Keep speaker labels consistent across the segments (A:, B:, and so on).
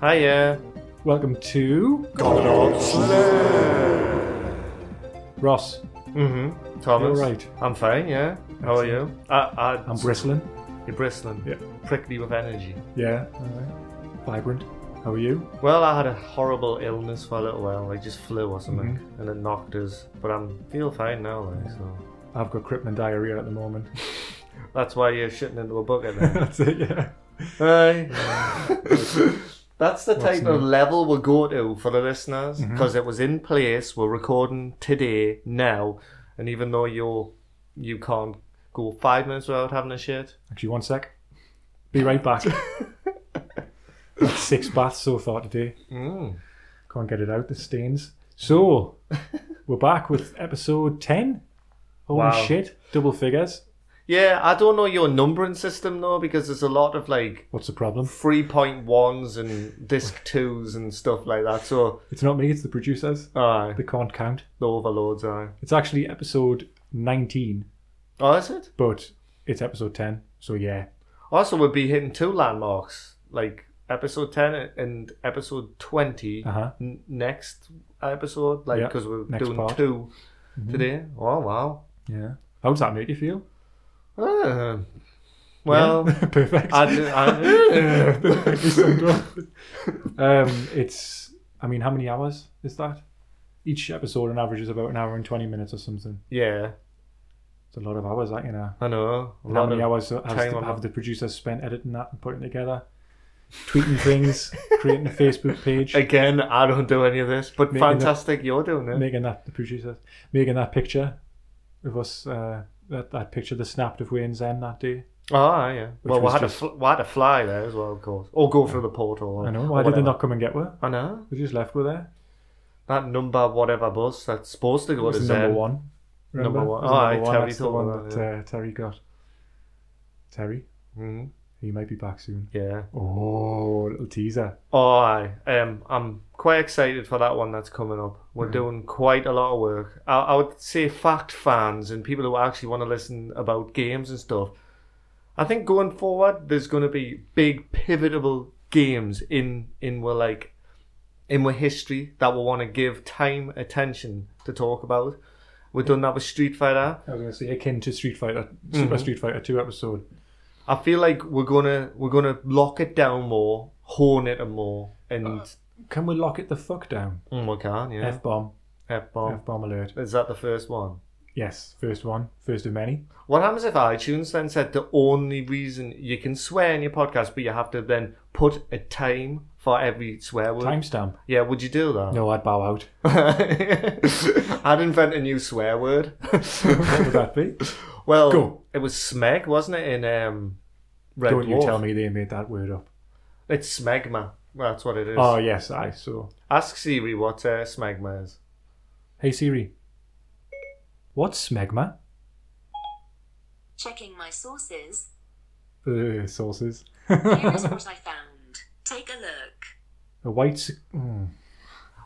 A: Hiya.
B: Welcome to
A: Commodore
B: Ross.
A: Mm-hmm. Thomas.
B: You're right.
A: I'm fine, yeah. How are you? Ah, I, I,
B: I'm bristling.
A: You're bristling.
B: Yeah.
A: Prickly with energy.
B: Yeah. All right. Vibrant. How are you?
A: Well, I had a horrible illness for a little while, like just flu or something,
B: Mm-hmm.
A: and it knocked us. But I'm feel fine now, like, so
B: I've got crippling diarrhea at the moment.
A: that's why you're shitting into a bucket. Then.
B: That's it. Yeah.
A: Aye. That's the type of level we'll go to for the listeners
B: Mm-hmm.
A: because it was in place. We're recording today now, and even though you're you can't go five minutes without having a shit,
B: Actually, one sec. Be right back. Had Six baths so far today.
A: mm.
B: Can't get it out. The stains. So we're back with episode ten. Holy
A: Wow.
B: shit! Double figures.
A: yeah, I don't know your numbering system though because there's a lot of like
B: What's the problem?
A: three point ones and disc twos and stuff like that. So
B: It's not me. It's the producers.
A: aye,
B: They can't count.
A: the overlords aye.
B: It's actually episode nineteen,
A: Oh, is it?
B: but it's episode ten. So yeah.
A: Also, we'd be hitting two landmarks like episode ten and episode twenty.
B: Uh huh.
A: n- next episode, like
B: Yeah,
A: because we're
B: next
A: doing
B: part. Mm-hmm.
A: 2 today. Oh wow!
B: Yeah. How does that make you feel?
A: Uh, well,
B: Yeah. perfect.
A: I, d- I-
B: Perfectly summed up. um, it's. I mean, how many hours is that? Each episode on average is about an hour and twenty minutes or something.
A: yeah,
B: It's a lot of hours, that you know.
A: I know. A
B: how
A: lot
B: many
A: of-
B: hours has
A: time
B: the,
A: on
B: have the
A: that.
B: producers spent editing that and putting it together, tweeting things, creating a Facebook page,
A: Again, I don't do any of this, but
B: Making up-
A: fantastic, you're doing it.
B: making that the producers making that picture of us. Uh, that, that picture they snapped of Wayne Zen that day.
A: oh yeah. Well, we
B: was
A: had
B: just-
A: to fl- we had to fly there as well, of course, or go through the portal. Or,
B: I know.
A: or
B: Why did they
A: Oh. whatever.
B: not come and get her?
A: I know
B: We just left her there.
A: that number whatever bus that's supposed to go
B: It
A: to
B: was
A: Zen.
B: number one.
A: Number one. Oh,
B: It was
A: Aye,
B: number one.
A: Terry
B: That's the
A: told me
B: one
A: that,
B: that uh, Terry got. Terry,
A: Mhm,
B: he might be back soon.
A: Yeah.
B: Oh, little teaser.
A: Oh, aye. Um, I'm quite excited for that one that's coming up. We're doing quite a lot of work. I, I would say fact fans and people who actually want to listen about games and stuff. I think going forward, there's going to be big pivotal games in in we like in we history that we want to give time attention to talk about. We've done that with Street Fighter.
B: I was going to say akin to Street Fighter, Super
A: Mm-hmm.
B: Street Fighter Two episode.
A: I feel like we're gonna we're gonna lock it down more, hone it more, and
B: Can we lock it the fuck down?
A: Mm, we can yeah. Oh.
B: F bomb,
A: F bomb.
B: F bomb alert.
A: Is that the first one?
B: Yes, first one, first of many.
A: What happens if iTunes then said the only reason you can swear in your podcast, but you have to then put a time for every swear word?
B: Timestamp.
A: Yeah, would you do that?
B: No, I'd bow out.
A: I'd invent a new swear word.
B: What would that be?
A: well,
B: Go.
A: it was smeg, wasn't it? In um, Red
B: Don't you
A: Dwarf?
B: tell me they made that word up.
A: It's smegma. That's what it is.
B: Oh yes, I so.
A: Ask Siri what uh, smegma is.
B: Hey Siri, what's smegma?
C: Checking my sources.
B: Uh, sources.
C: Here is what I found. Take a look.
B: A white. s- Mm,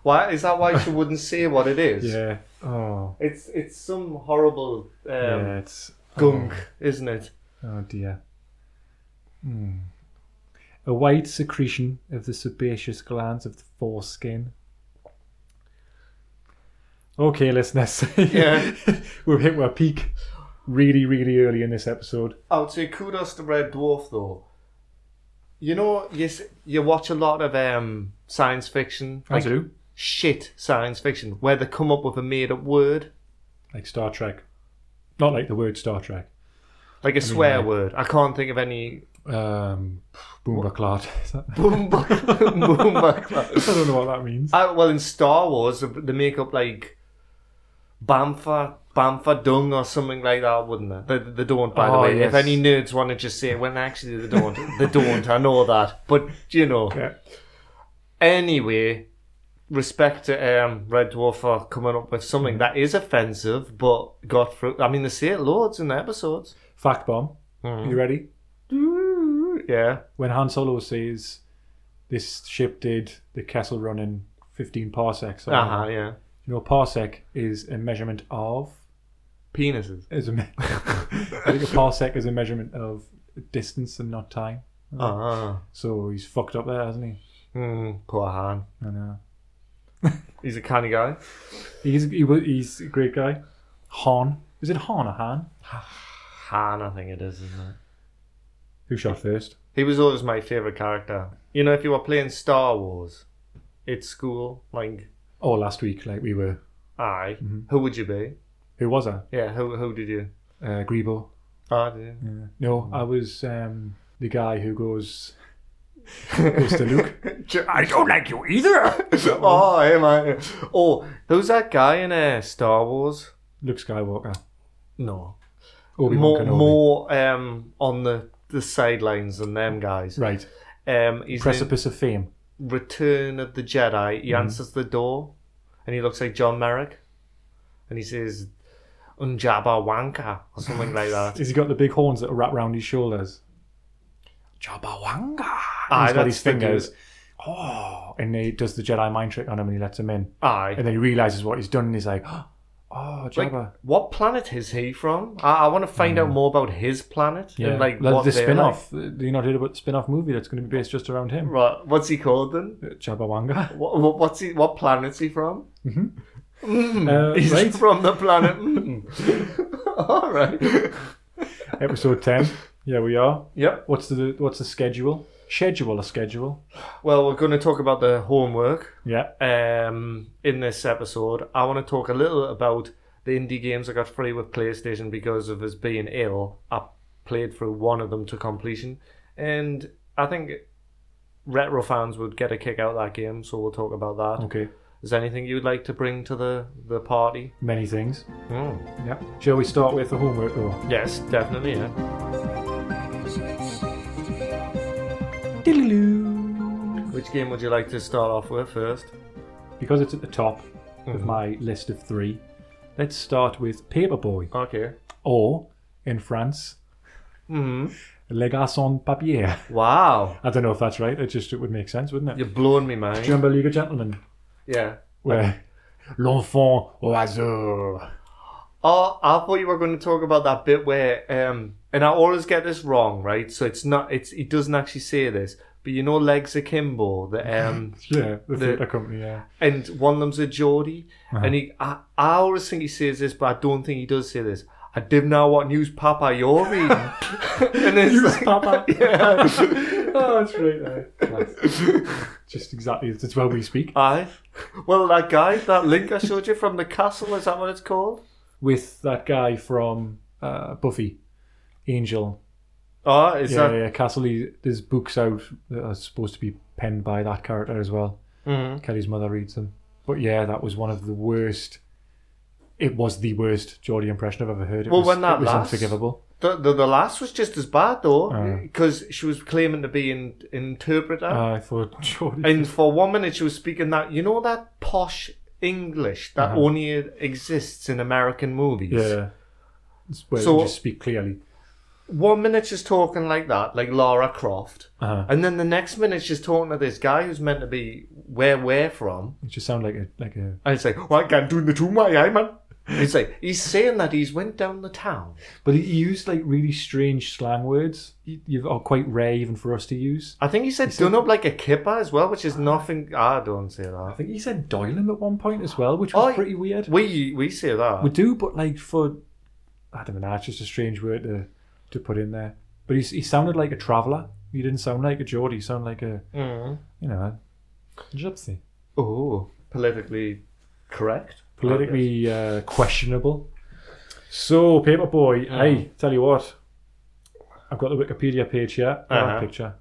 A: Why is that? Why she wouldn't say what it is?
B: yeah. Oh.
A: It's it's some horrible um,
B: yeah. It's
A: gunk, isn't it?
B: Oh dear. Hmm. A white secretion of the sebaceous glands of the foreskin. Okay, listeners.
A: Yeah.
B: We've hit our peak really, really early in this episode.
A: I would say kudos to Red Dwarf though. You know, you s- you watch a lot of um science fiction, like
B: do.
A: shit science fiction, where they come up with a made up word,
B: Like Star Trek. Not like the word Star Trek.
A: like a swear
B: like-
A: word. I can't think of any.
B: Um, Boomba Clot. Is that-
A: Boom, ba- boom, ba-
B: I don't know what that means.
A: I, well, in Star Wars, they make up like Bamfa, Bamfa Dung or something like that, wouldn't they? They, they don't, by the
B: Oh,
A: way.
B: yes.
A: If any nerds want to just say, well, actually, they don't. they don't. I know that, but you know.
B: Yeah.
A: Anyway, respect to um, Red Dwarf for coming up with something that is offensive, but got through. I mean, they say it loads in the episodes.
B: Fact bomb. You ready?
A: Yeah.
B: when Han Solo says this ship did the castle run in 15 parsecs, or
A: Uh
B: whatever,
A: huh. Yeah.
B: you know, parsec is a measurement of.
A: Penises.
B: Is a me- I think a parsec is a measurement of distance and not time.
A: Ah.
B: So he's fucked up there, hasn't he?
A: Mm, poor Han.
B: I know.
A: He's a canny guy.
B: He's he, wa- he's a great guy. Han. Is it Han or Han?
A: Han, I think it is, isn't it?
B: Who shot first?
A: He was always my favorite character. You know, if you were playing Star Wars at school, like,
B: Oh, last week, like we were.
A: I,
B: Mhm.
A: who would you be?
B: Who was I?
A: Yeah, who who did you?
B: Uh, Grebo.
A: I did.
B: Yeah. No,
A: Hmm.
B: I was um, the guy who goes goes to Luke. I don't like you either.
A: oh, hey, man. Oh, who's that guy in uh, Star Wars?
B: Luke Skywalker.
A: No.
B: Obi
A: more
B: Wan Kenobi.
A: more um, on the, the sidelines than them guys.
B: right.
A: Um, he's in
B: Precipice of fame.
A: Return of the Jedi. He answers the door and he looks like John Merrick. And he says, Unjaba Wanka or something like that.
B: Has he got the big horns that wrap round his shoulders? Jabawanga. And he's got
A: Aye, Ah, that's
B: his
A: the
B: fingers. Oh, and he does the Jedi mind trick on him and he lets him in.
A: Aye.
B: And then he realizes what he's done and he's like, oh, Jabba.
A: What planet is he from? I, I want to find out more about his planet
B: yeah,
A: and Mm. like
B: Like
A: what
B: the
A: they're
B: spin off. Do you not hear about the spin off movie that's going to be based just around him?
A: like. Right, what's he called then?
B: Jabawanga.
A: What, what, what's he? What planet's he from?
B: Mhm.
A: Mm,
B: Uh,
A: he's
B: right.
A: from the planet. Mm. All right.
B: Episode 10. Yeah, we are.
A: Yep.
B: What's the what's the schedule? Schedule or schedule?
A: Well, we're going to talk about the homework
B: Yeah.
A: um, in this episode. I want to talk a little about the indie games I got free with PlayStation because of us being ill. I played through one of them to completion, and I think retro fans would get a kick out of that game. So we'll talk about that.
B: Okay.
A: Is there anything you'd like to bring to the the party?
B: Many things.
A: Mm.
B: Yeah. Shall we start with the homework though?
A: Yes, definitely. Yeah. Which game would you like to start off with first?
B: Because it's at the top
A: Mm-hmm.
B: of my list of three, let's start with Paperboy,
A: Okay.
B: or in France,
A: hmm
B: Les Garçons Papier.
A: Wow,
B: I don't know if that's right. It just it would make sense, wouldn't it?
A: you're blowing me, mind.
B: Do you remember League of Gentlemen,
A: Yeah.
B: where l'enfant oiseau?
A: Oh, I thought you were going to talk about that bit where, um, and I always get this wrong, right? So it's not, it's it doesn't actually say this, but you know, legs akimbo, the um,
B: Yeah, the,
A: The-
B: theatre company. Yeah.
A: and one of them's a Geordie,
B: Uh-huh.
A: and he, I, I always think he says this, but I don't think he does say this. I didn't know what news Papa you're reading, and it's
B: Use
A: like-
B: Papa.
A: Yeah.
B: oh, that's right. there. Just exactly. It's where we speak.
A: Aye. Well, that guy, that link I showed you from the castle, is that what it's called?
B: With that guy from uh, Buffy, Angel,
A: Oh, is
B: yeah,
A: that?
B: yeah, Castley. There's books out that are supposed to be penned by that character as well.
A: Mhm.
B: Kelly's mother reads them. But yeah, that was one of the worst. It was the worst Geordie impression I've ever heard. It
A: Well,
B: was,
A: when that
B: it was
A: lasts-
B: unforgivable.
A: The, the the last was just as bad though,
B: Uh.
A: because she was claiming to be an interpreter,
B: I thought Geordie.
A: and for one minute she was speaking that you know that posh English that
B: Uh-huh.
A: only exists in American movies.
B: yeah, it's where
A: So-
B: you just speak clearly.
A: One minute she's talking like that, like Lara Croft,
B: Uh-huh.
A: and then the next minute she's talking to this guy who's meant to be where we're from,
B: You just sound like a like a.
A: and it's like, well, I can't do the two my eye man. It's like he's saying that he's went down the town.
B: But he used like really strange slang words. You, you are quite rare even for us to use.
A: I think he said done up like a kipper as well, which is nothing. I don't say that.
B: I think he said Doylan at one point as well, which was
A: Oh,
B: pretty weird.
A: We we say that.
B: We do, but like for I don't know, it's just a strange word to to put in there. But he he sounded like a traveller. He didn't sound like a Geordie. He sounded like a
A: Mm.
B: you know a gypsy.
A: Oh, politically correct.
B: Politically uh, questionable. So Paperboy,
A: Mm.
B: hey, tell you what, I've got the Wikipedia page here. That
A: Uh-huh.
B: picture.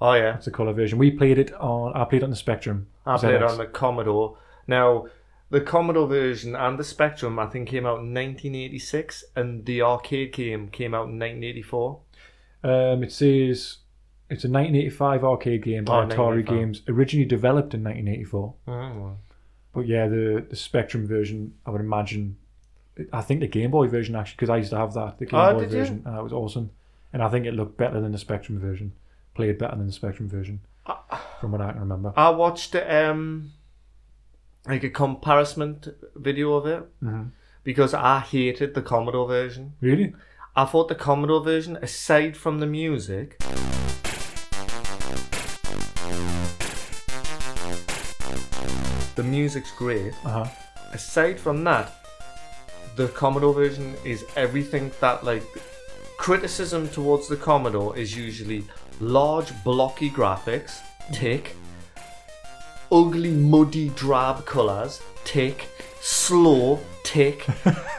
A: Oh yeah,
B: That's a colour version. We played it on. I played it on the Spectrum.
A: I played
B: ZX.
A: on the Commodore. Now, the Commodore version and the Spectrum, I think, came out in 1986, and the arcade game came out in 1984.
B: Um, it says it's a 1985 arcade game by
A: Oh,
B: Atari
A: 1985.
B: Games, originally developed in 1984.
A: Mm.
B: But yeah, the, the Spectrum version, I would imagine. I think the Game Boy version actually, because I used to have that, the Game
A: Oh,
B: Boy
A: did you?
B: version, and that was awesome. And I think it looked better than the Spectrum version, played better than the Spectrum version,
A: Ah.
B: from what I can remember.
A: I watched um, like a comparison t- video of it
B: Mhm.
A: because I hated the Commodore version.
B: Really?
A: I thought the Commodore version, aside from the music, The music's great.
B: Uh huh.
A: Aside from that, the Commodore version is everything that like criticism towards the Commodore is usually large blocky graphics, tick. Ugly, muddy, drab colours, tick. Slow, tick.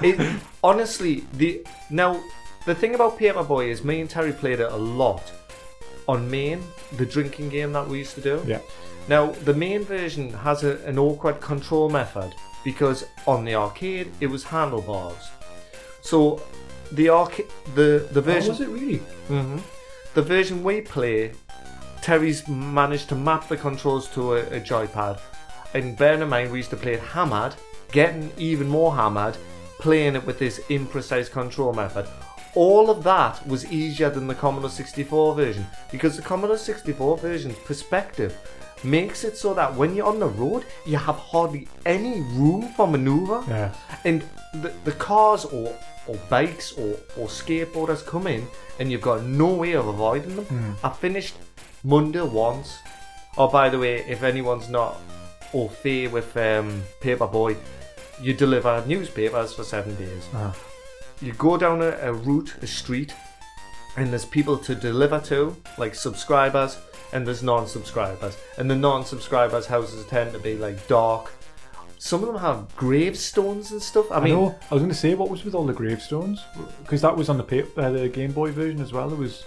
A: it, honestly, the now the thing about Paperboy is me and Terry played it a lot on main, the drinking game that we used to do.
B: Yeah.
A: Now, the main version has a, an awkward control method because on the arcade it was handlebars. So the arca- the the
B: Oh,
A: version
B: was it really?
A: Mhm. the version we play, Terry's managed to map the controls to a, a joypad. And bearing in mind we used to play it hammered, getting even more hammered, playing it with this imprecise control method. All of that was easier than the Commodore 64 version because the Commodore 64 version's perspective makes it so that when you're on the road, you have hardly any room for maneuver.
B: Yeah.
A: And the, the cars or, or bikes or, or skateboarders come in and you've got no way of avoiding them. I finished Monday once. Oh, by the way, if anyone's not au fait with um, Paperboy, you deliver newspapers for seven days.
B: Uh-huh.
A: You go down a, a route, a street, and there's people to deliver to, like subscribers, and there's non-subscribers. And the non-subscribers' houses tend to be like dark. Some of them have gravestones and stuff. I
B: I,
A: mean,
B: know. I was going to say, what was with all the gravestones? Because that was on the pa- uh, the Game Boy version as well. There was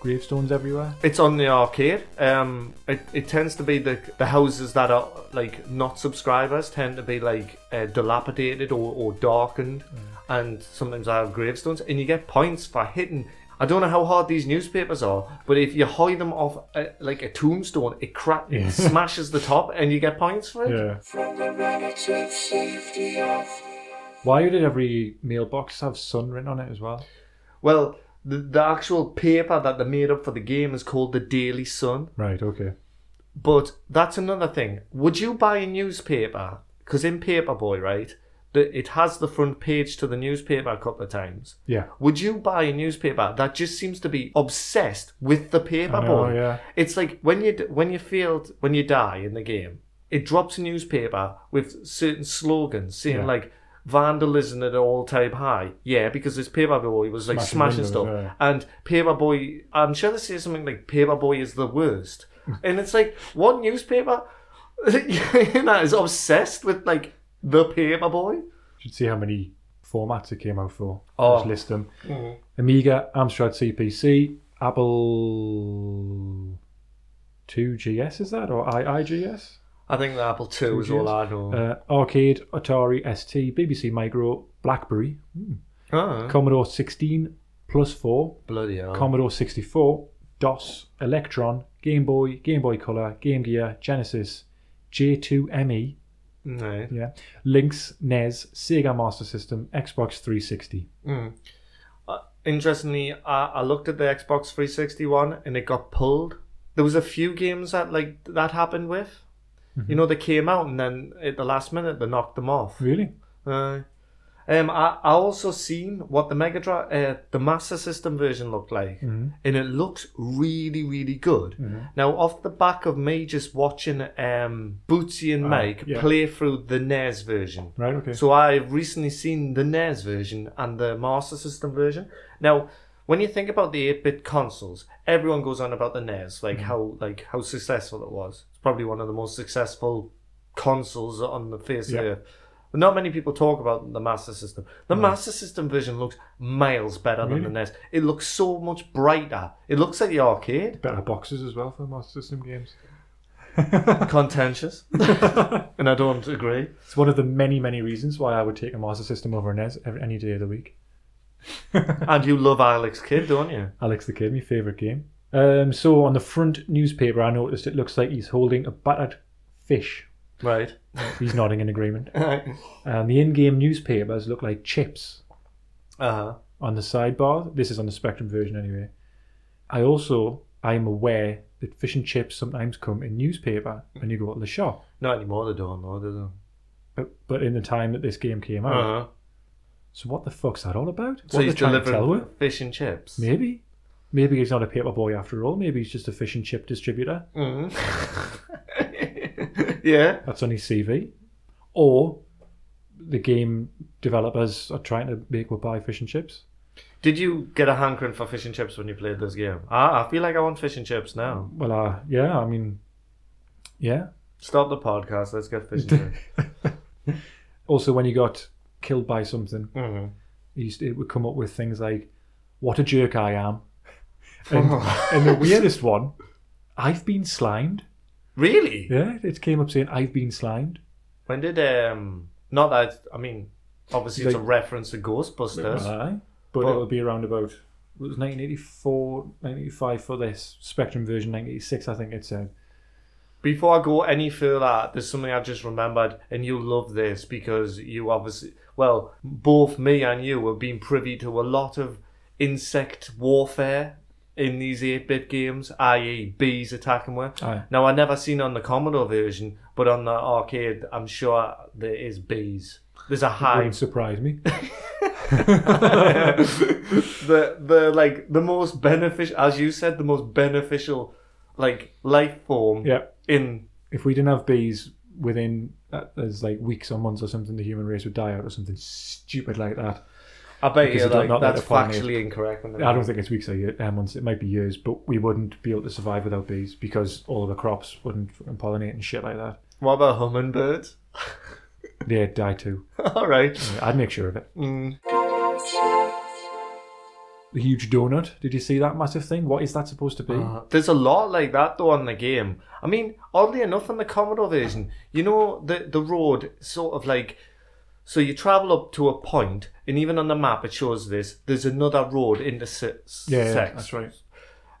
B: gravestones everywhere.
A: it's on the arcade. Um, it, it tends to be the the houses that are like not subscribers tend to be like uh, dilapidated or, or darkened, and sometimes I have gravestones. And you get points for hitting. I don't know how hard these newspapers are, but if you hide them off a, like a tombstone, it crack it smashes the top, and you get points for it.
B: Yeah. Why did every mailbox have sun written on it as well?
A: Well, the, the actual paper that they made up for the game is called the Daily Sun.
B: Right. Okay.
A: But that's another thing. Would you buy a newspaper? Because in Paperboy, right, the, it has the front page to the newspaper a couple of times.
B: Yeah.
A: Would you buy a newspaper that just seems to be obsessed with the
B: I know,
A: Paperboy?
B: yeah.
A: It's like when you d- when you failed when you die in the game, it drops a newspaper with certain slogans saying
B: Yeah.
A: like vandalism at an all time high. Yeah, because this Paperboy was like
B: Smashing
A: smashing, stuff,
B: windows,
A: and Paperboy. I'm sure they say something like Paperboy is the worst, and it's like what newspaper that is obsessed with like the Paperboy.
B: Should see how many formats it came out for.
A: Oh.
B: Just list them. Amiga, Amstrad CPC, Apple 2GS is that or IIGS?
A: I think the Apple Two is all I know.
B: Uh, Arcade, Atari ST, BBC Micro, BlackBerry, Hmm.
A: oh,
B: Commodore 16 plus 4,
A: bloody hell!
B: Commodore 64, DOS, Electron, Game Boy, Game Boy Color, Game Gear, Genesis, J2ME,
A: no.
B: yeah, Lynx, NES, Sega Master System, Xbox 360.
A: Mm. Uh, interestingly, I, I looked at the Xbox 360 one and it got pulled. There was a few games that like that happened with. You know, they came out and then at the last minute they knocked them off.
B: Really?
A: Aye. um, I, I also seen what the Mega Drive, uh, the Master System version looked like, and it looks really, really good. Now, off the back of me just watching um, Bootsy and Mike
B: yeah.
A: play through the NES version,
B: Right, okay.
A: so I've recently seen the NES version and the Master System version. Now, when you think about the 8-bit consoles, everyone goes on about the NES, like how like how successful it was. It's probably one of the most successful consoles on the face
B: Yeah.
A: of the earth. But not many people talk about the Master System. The Master System version looks miles better than the NES. It looks so much brighter. It looks like the arcade.
B: Better boxes as well for Master System games.
A: Contentious. and I don't agree.
B: It's one of the many, many reasons why I would take a Master System over a NES every, any day of the week.
A: And you love Alex Kidd, don't you?
B: Alex the Kid, my favourite game. Um, so on the front newspaper, I noticed it looks like he's holding a battered fish.
A: Right.
B: He's nodding in agreement.
A: uh-huh.
B: And the in-game newspapers look like chips
A: Uh-huh.
B: on the sidebar. This is on the Spectrum version anyway. I also, I'm aware that fish and chips sometimes come in newspaper when you go to the shop.
A: Not anymore, they don't know, do
B: But, but in the time that this game came
A: they?
B: out. So what the fuck's that all about?
A: Uh-huh. So
B: what
A: he's
B: they're trying to tell
A: delivering
B: her?
A: fish and chips.
B: Maybe. Maybe he's not a paper boy after all. Maybe he's just a fish and chip distributor.
A: Mm. Mm-hmm. Yeah.
B: That's on his CV. Or the game developers are trying to make we buy fish and chips.
A: Did you get a hankering for fish and chips when you played this game? I, I feel like I want fish and chips now.
B: Well, uh, yeah, I mean, yeah.
A: Stop the podcast. Let's get fish and chips.
B: Also, when you got killed by something,
A: hmm
B: it used it would come up with things like, "What a jerk I am," and, and the weirdest one, "I've been slimed."
A: Really?
B: Yeah, it came up saying, "I've been slimed."
A: When did um? Not that I mean, obviously it's a
B: Like-
A: reference to Ghostbusters.
B: Aye. But
A: But-
B: it would be around about it was 1984, 1985 for this Spectrum version, 1986 I think it said.
A: Before I go any further, there's something I've just remembered, and you love this because you obviously, well, both me and you have been privy to a lot of insect warfare in these 8 bit games, i.e., bees attacking with.
B: Aye.
A: Now, I never seen on the Commodore version, but on the arcade, I'm sure there is bees. There's a
B: Wouldn't
A: hive.
B: surprise me.
A: the the like the most beneficial, as you said, the most beneficial like life form
B: yeah.
A: in
B: If we didn't have bees within uh, there's like weeks or months or something, the human race would die out or something stupid like that.
A: I bet
B: Because
A: you
B: you don't
A: like
B: know that
A: that's
B: upon it.
A: factually incorrect. When
B: I don't think it's weeks or year, uh, months. It might be years, but we wouldn't be able to survive without bees because all of the crops wouldn't fucking pollinate and shit like that.
A: What about hummingbirds?
B: They'd die too.
A: All right.
B: I'd make sure of it.
A: Mm.
B: The huge donut. Did you see that massive thing? What is that supposed to be?
A: There's a lot like that though on the game. I mean, oddly enough, in the Commodore version, you know the the road sort of like. So you travel up to a point, and even on the map it shows this. There's another road into se-
B: yeah, yeah,
A: sex.
B: that's right.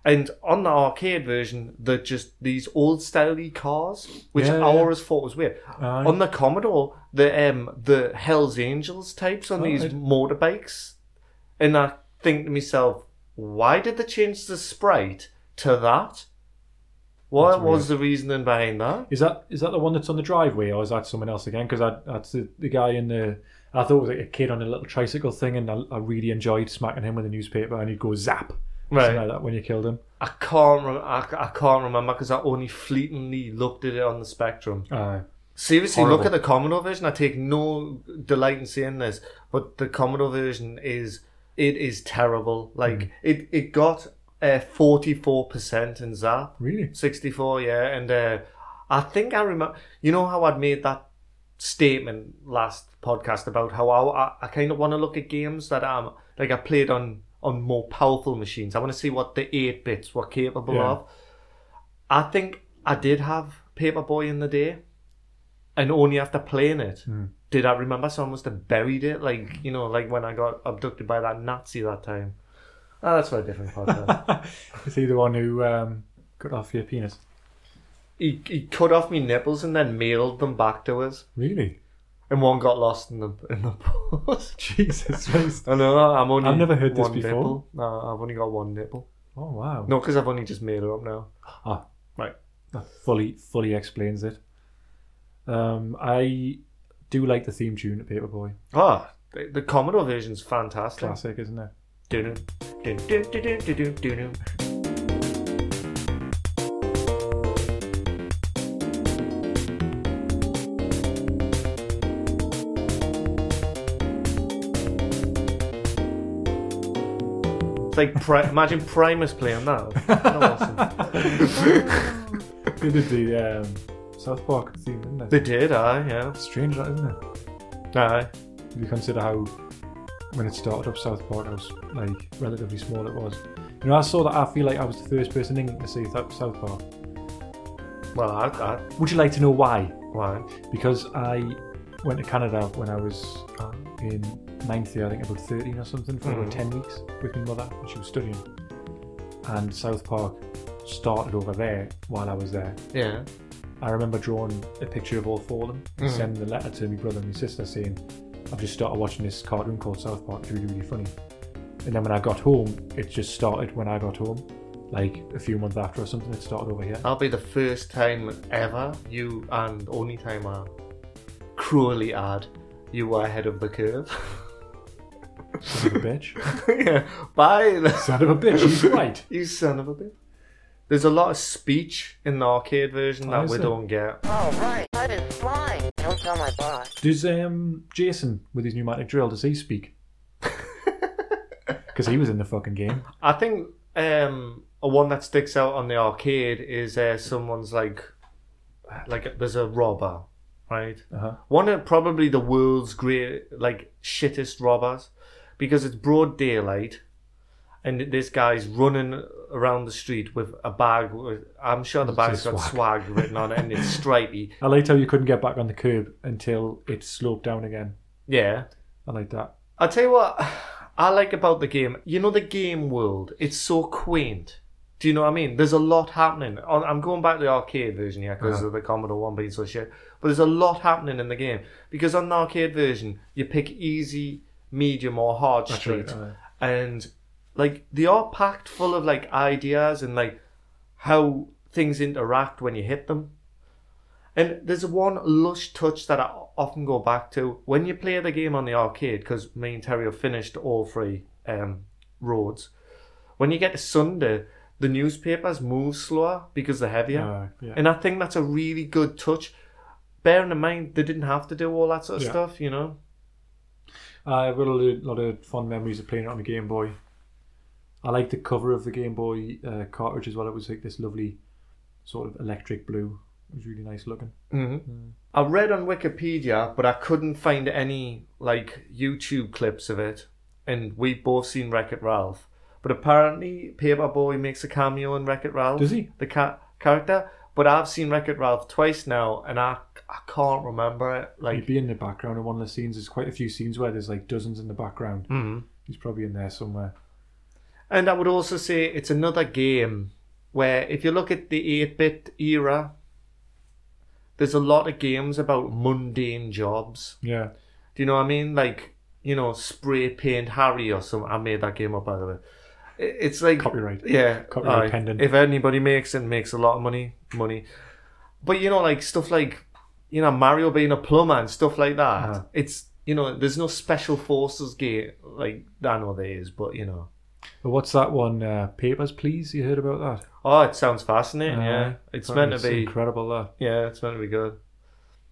A: And on the arcade version, they're just these old styley cars, which
B: Yeah, yeah.
A: I always thought was weird.
B: Aye.
A: on the Commodore, the um the Hell's Angels types on
B: Oh,
A: these
B: I-
A: motorbikes, and I think to myself, why did they change the sprite to that? What
B: That's
A: was the reasoning behind that?
B: Is that is that the one that's on the driveway, or is that someone else again? Because that's the, the guy in the. I thought it was like a kid on a little tricycle thing, and I, I really enjoyed smacking him with a newspaper, and he'd go zap, something like that when you killed him.
A: I can't. Rem- I, I can't remember because I only fleetingly looked at it on the Spectrum.
B: Aye.
A: Seriously,
B: Horrible.
A: look at the Commodore version. I take no delight in seeing this, but the Commodore version is it is terrible. Like
B: Mm.
A: it, it got forty four percent in Zap,
B: really?
A: sixty four, yeah, and uh, I think I remember. You know how I'd made that statement last podcast about how I, I, I kind of want to look at games that I'm like I played on on more powerful machines. I want to see what the eight bits were capable
B: Yeah.
A: of. I think I did have Paperboy in the day, and only after playing it did I remember so I must have buried it. Like you know, like when I got abducted by that Nazi that time. Oh, that's for a different podcast.
B: Is he the one who um, cut off your penis?
A: he, he cut off me nipples and then mailed them back to us,
B: Really?
A: and one got lost in the in the post.
B: Jesus Christ! Oh,
A: I know. I'm only.
B: I've never heard this
A: one
B: before.
A: Nipple. No, I've only got one nipple.
B: Oh wow!
A: No, because I've only just made it up now.
B: Ah.
A: right.
B: That fully fully explains it. Um, I do like the theme tune of Paperboy.
A: Ah, the, the Commodore version's fantastic.
B: Classic, isn't it?
A: Doo-doo. Doo-doo, doo-doo, doo-doo, doo-doo. It's like pri- imagine Primus playing that. That'd be awesome.
B: They did the um, South Park theme, didn't they?
A: They did, aye, yeah.
B: Strange, that isn't it?
A: Aye.
B: If you consider how when it started up South Park, how s- like relatively small it was. You know, I saw that. I feel like I was the first person in England to see that South Park.
A: Well, I, I,
B: Would you like to know why?
A: why?
B: Because I went to Canada when I was in ninth year, I think about thirteen or something, for
A: Mhm.
B: about ten weeks with my mother, and she was studying. And South Park started over there while I was there.
A: Yeah.
B: I remember drawing a picture of all four of them and
A: Mhm.
B: sending a letter to my brother and my sister saying, I've just started watching this cartoon called South Park, it's really, really funny. And then when I got home, it just started when I got home, like a few months after or something, it started over here.
A: That'll be the first time ever you and only time I cruelly add you were ahead of the curve.
B: Son of a bitch.
A: yeah. Bye.
B: Son of a bitch, he's right.
A: you son of a bitch. There's a lot of speech in the arcade version
B: Oh,
A: that
B: is
A: we
B: there?
A: don't get.
D: All right, I didn't fly. Don't tell my boss.
B: Does um, Jason with his pneumatic drill does he speak? Because he was in the fucking game.
A: I think um, a one that sticks out on the arcade is uh, someone's like, like there's a robber, right?
B: Uh-huh.
A: One of probably the world's great, like shittest robbers, because it's broad daylight, and this guy's running around the street with a bag. With, I'm sure the bag's
B: Just
A: got
B: swag.
A: swag. written on it, and it's stripy.
B: I liked how you couldn't get back on the curb until it sloped down again.
A: Yeah,
B: I like that.
A: I'll tell you what I like about the game. You know, the game world, it's so quaint. Do you know what I mean? There's a lot happening. On- I'm going back to the arcade version here because
B: Uh-huh.
A: of the Commodore 1 being so shit. But there's a lot happening in the game. Because on the arcade version, you pick easy, medium, or hard street. And, like, they are packed full of, like, ideas and, like, how things interact when you hit them. And there's one lush touch that I often go back to when you play the game on the arcade, because me and Terry have finished all three um, roads. When you get to Sunday, the newspapers move slower because they're heavier.
B: Uh, yeah.
A: And I think that's a really good touch. Bearing in mind, they didn't have to do all that sort of
B: Yeah.
A: stuff, you know?
B: I've got a lo- lot of fond memories of playing it on the Game Boy. I like the cover of the Game Boy uh, cartridge as well. It was like this lovely sort of electric blue. It was really nice looking.
A: Mm-hmm.
B: Hmm.
A: I read on Wikipedia, but I couldn't find any like YouTube clips of it. And we both seen Wreck It Ralph, but apparently Paperboy makes a cameo in Wreck It Ralph.
B: Does he?
A: The ca- character. But I've seen Wreck It Ralph twice now, and I I can't remember it.
B: He'd
A: Like,
B: be in the background in one of the scenes. There's quite a few scenes where there's like dozens in the background.
A: Mhm.
B: He's probably in there somewhere.
A: and I would also say it's another game where if you look at the eight bit era, there's a lot of games about mundane jobs.
B: Yeah.
A: Do you know what I mean? Like, you know, spray paint Harry or something. I made that game up, by the way. I- It's like.
B: Copyright.
A: Yeah.
B: Copyright
A: aye.
B: pendant.
A: If anybody makes it, makes a lot of money. Money. But, you know, like stuff like, you know, Mario being a plumber and stuff like that.
B: Uh-huh.
A: It's, you know, there's no special forces game. Like, I know there is, but, you know.
B: But what's that one? Uh, Papers, please. You heard about that?
A: Oh, it sounds fascinating, yeah.
B: Uh,
A: It's meant to be.
B: incredible. That
A: Yeah, it's meant to be good.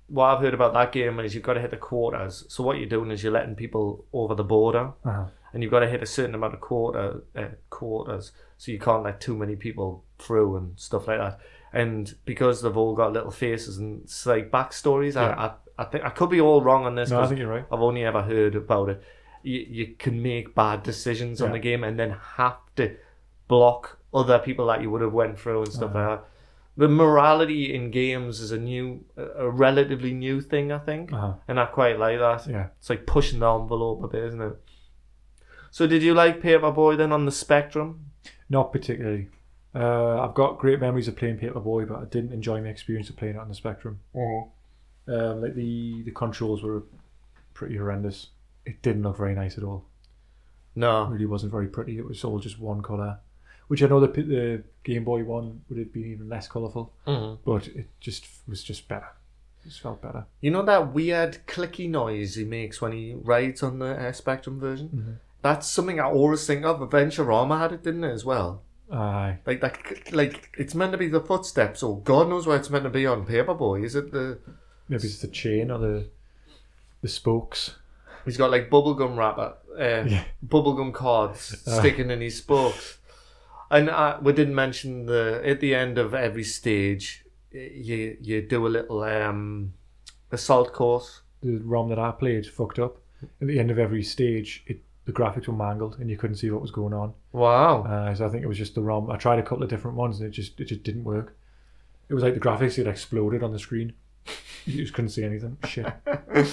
A: What I've heard about that game is you've got to hit the quarters. So, what you're doing is you're letting people over the border.
B: uh
A: and you've got to hit a certain amount of quarter uh, quarters, so you can't let too many people through and stuff like that. And because they've all got little faces and it's like backstories,
B: Yeah.
A: I, I, I think I could be all wrong on this.
B: No, I
A: 'cause
B: think you're right.
A: I've only ever heard about it. You, you can make bad decisions on
B: Yeah.
A: the game and then have to block other people that you would have went through and stuff
B: Uh-huh.
A: like that. The morality in games is a new, a a relatively new thing, I think,
B: Uh-huh.
A: and I quite like that.
B: Yeah.
A: It's like pushing the envelope a bit, isn't it? So did you like Paperboy then on the Spectrum?
B: Not particularly. Uh, I've got great memories of playing Paperboy, but I didn't enjoy my experience of playing it on the Spectrum. Um, like the the controls were pretty horrendous. It didn't look very nice at all. It
A: No.
B: really wasn't very pretty. It was all just one color, which I know the P- the Game Boy one would have been even less colorful, but it just was just better. It just felt better.
A: You know that weird clicky noise he makes when he rides on the uh, Spectrum version? That's something I always think of. Adventurama had it, didn't it, as well?
B: Aye.
A: Like that, click- like it's meant to be the footsteps, or God knows where it's meant to be on Paperboy. Is it the?
B: maybe it's the chain or the the spokes.
A: He's got like bubblegum wrapper, uh,
B: Yeah.
A: bubblegum cards
B: Uh.
A: sticking in his spokes. And I, we didn't mention the at the end of every stage, you you do a little um, assault course.
B: The ROM that I played fucked up. At the end of every stage, it the graphics were mangled and you couldn't see what was going on.
A: Wow.
B: Uh, so I think it was just the ROM. I tried a couple of different ones and it just it just didn't work. It was like the graphics had exploded on the screen. You just couldn't see anything. Shit. Uh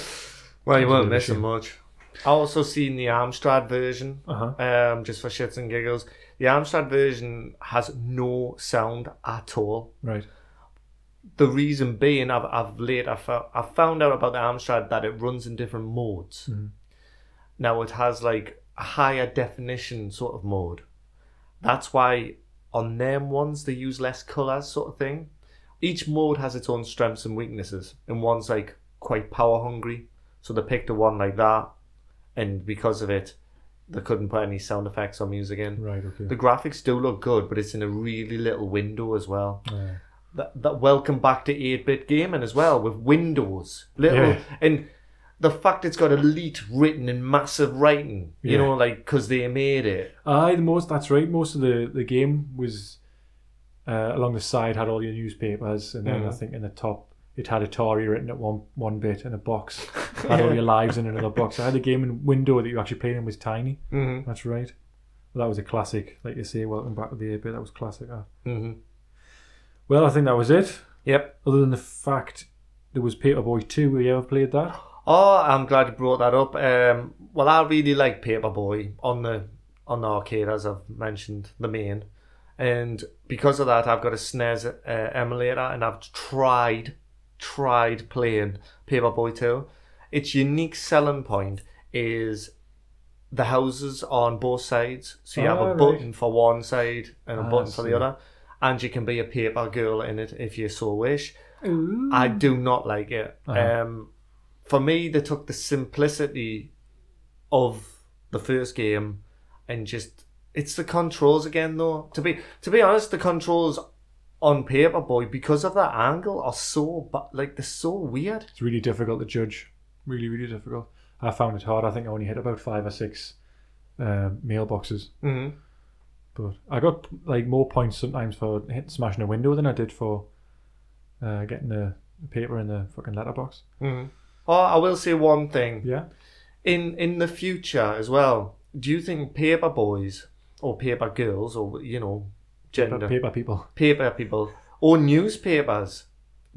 A: well, you
B: that's a bit of
A: weren't
B: a
A: missing
B: shame.
A: much. I also seen the Amstrad version,
B: huh.
A: um, just for shits and giggles. The Amstrad version has no sound at all.
B: Right.
A: the reason being I've, I've later found, I found out about the Amstrad that it runs in different modes. Now it has like a higher definition sort of mode. That's why on them ones they use less colors sort of thing. Each mode has its own strengths and weaknesses, and one's like quite power hungry, so they picked a one like that, and because of it, They couldn't put any sound effects or music in.
B: Right. Okay.
A: The graphics do look good, but it's in a really little window as well.
B: Yeah.
A: That, that welcome back to 8-bit gaming as well with windows. Little
B: Yeah.
A: and the fact it's got elite written in massive writing, you
B: Yeah.
A: know, like because they made it.
B: Aye, the most. That's right. Most of the the game was uh, along the side had all your newspapers, and then I
A: Mhm.
B: think in the top it had Atari written at one one bit in a box. Had all your lives in another box. I had the game in window that you actually played in was tiny.
A: Mm-hmm.
B: That's right. Well, that was a classic, like you say. Welcome back to the 8-bit. That was classic. ah.
A: Mm-hmm.
B: Well, I think that was it.
A: Yep.
B: Other than the fact there was Paperboy Two. Have you ever played that?
A: Oh, I'm glad you brought that up. Um, well, I really like Paperboy on the on the arcade, as I've mentioned, the main. And because of that, I've got a SNES uh, emulator, and I've tried, tried playing Paperboy 2. Its unique selling point is the houses on both sides. So you have
B: Ah,
A: a
B: right.
A: button for one side and a
B: Ah,
A: button for
B: I see.
A: the other, and you can be a paper girl in it if you so wish. I do not like it.
B: Uh-huh.
A: Um, for me, they took the simplicity of the first game and just it's the controls again. Though to be to be honest, the controls on Paperboy because of that angle are so but like they're so weird.
B: It's really difficult to judge. Really, really difficult. I found it hard. I think I only hit about five or six uh, mailboxes,
A: Mm-hmm.
B: but I got like more points sometimes for hit, smashing a window than I did for uh, getting the paper in the fucking letterbox.
A: Mm-hmm. Oh, I will say one thing.
B: Yeah.
A: in in the future as well. Do you think paper boys or paper girls or you know
B: But
A: gender paper,
B: paper people.
A: people or newspapers?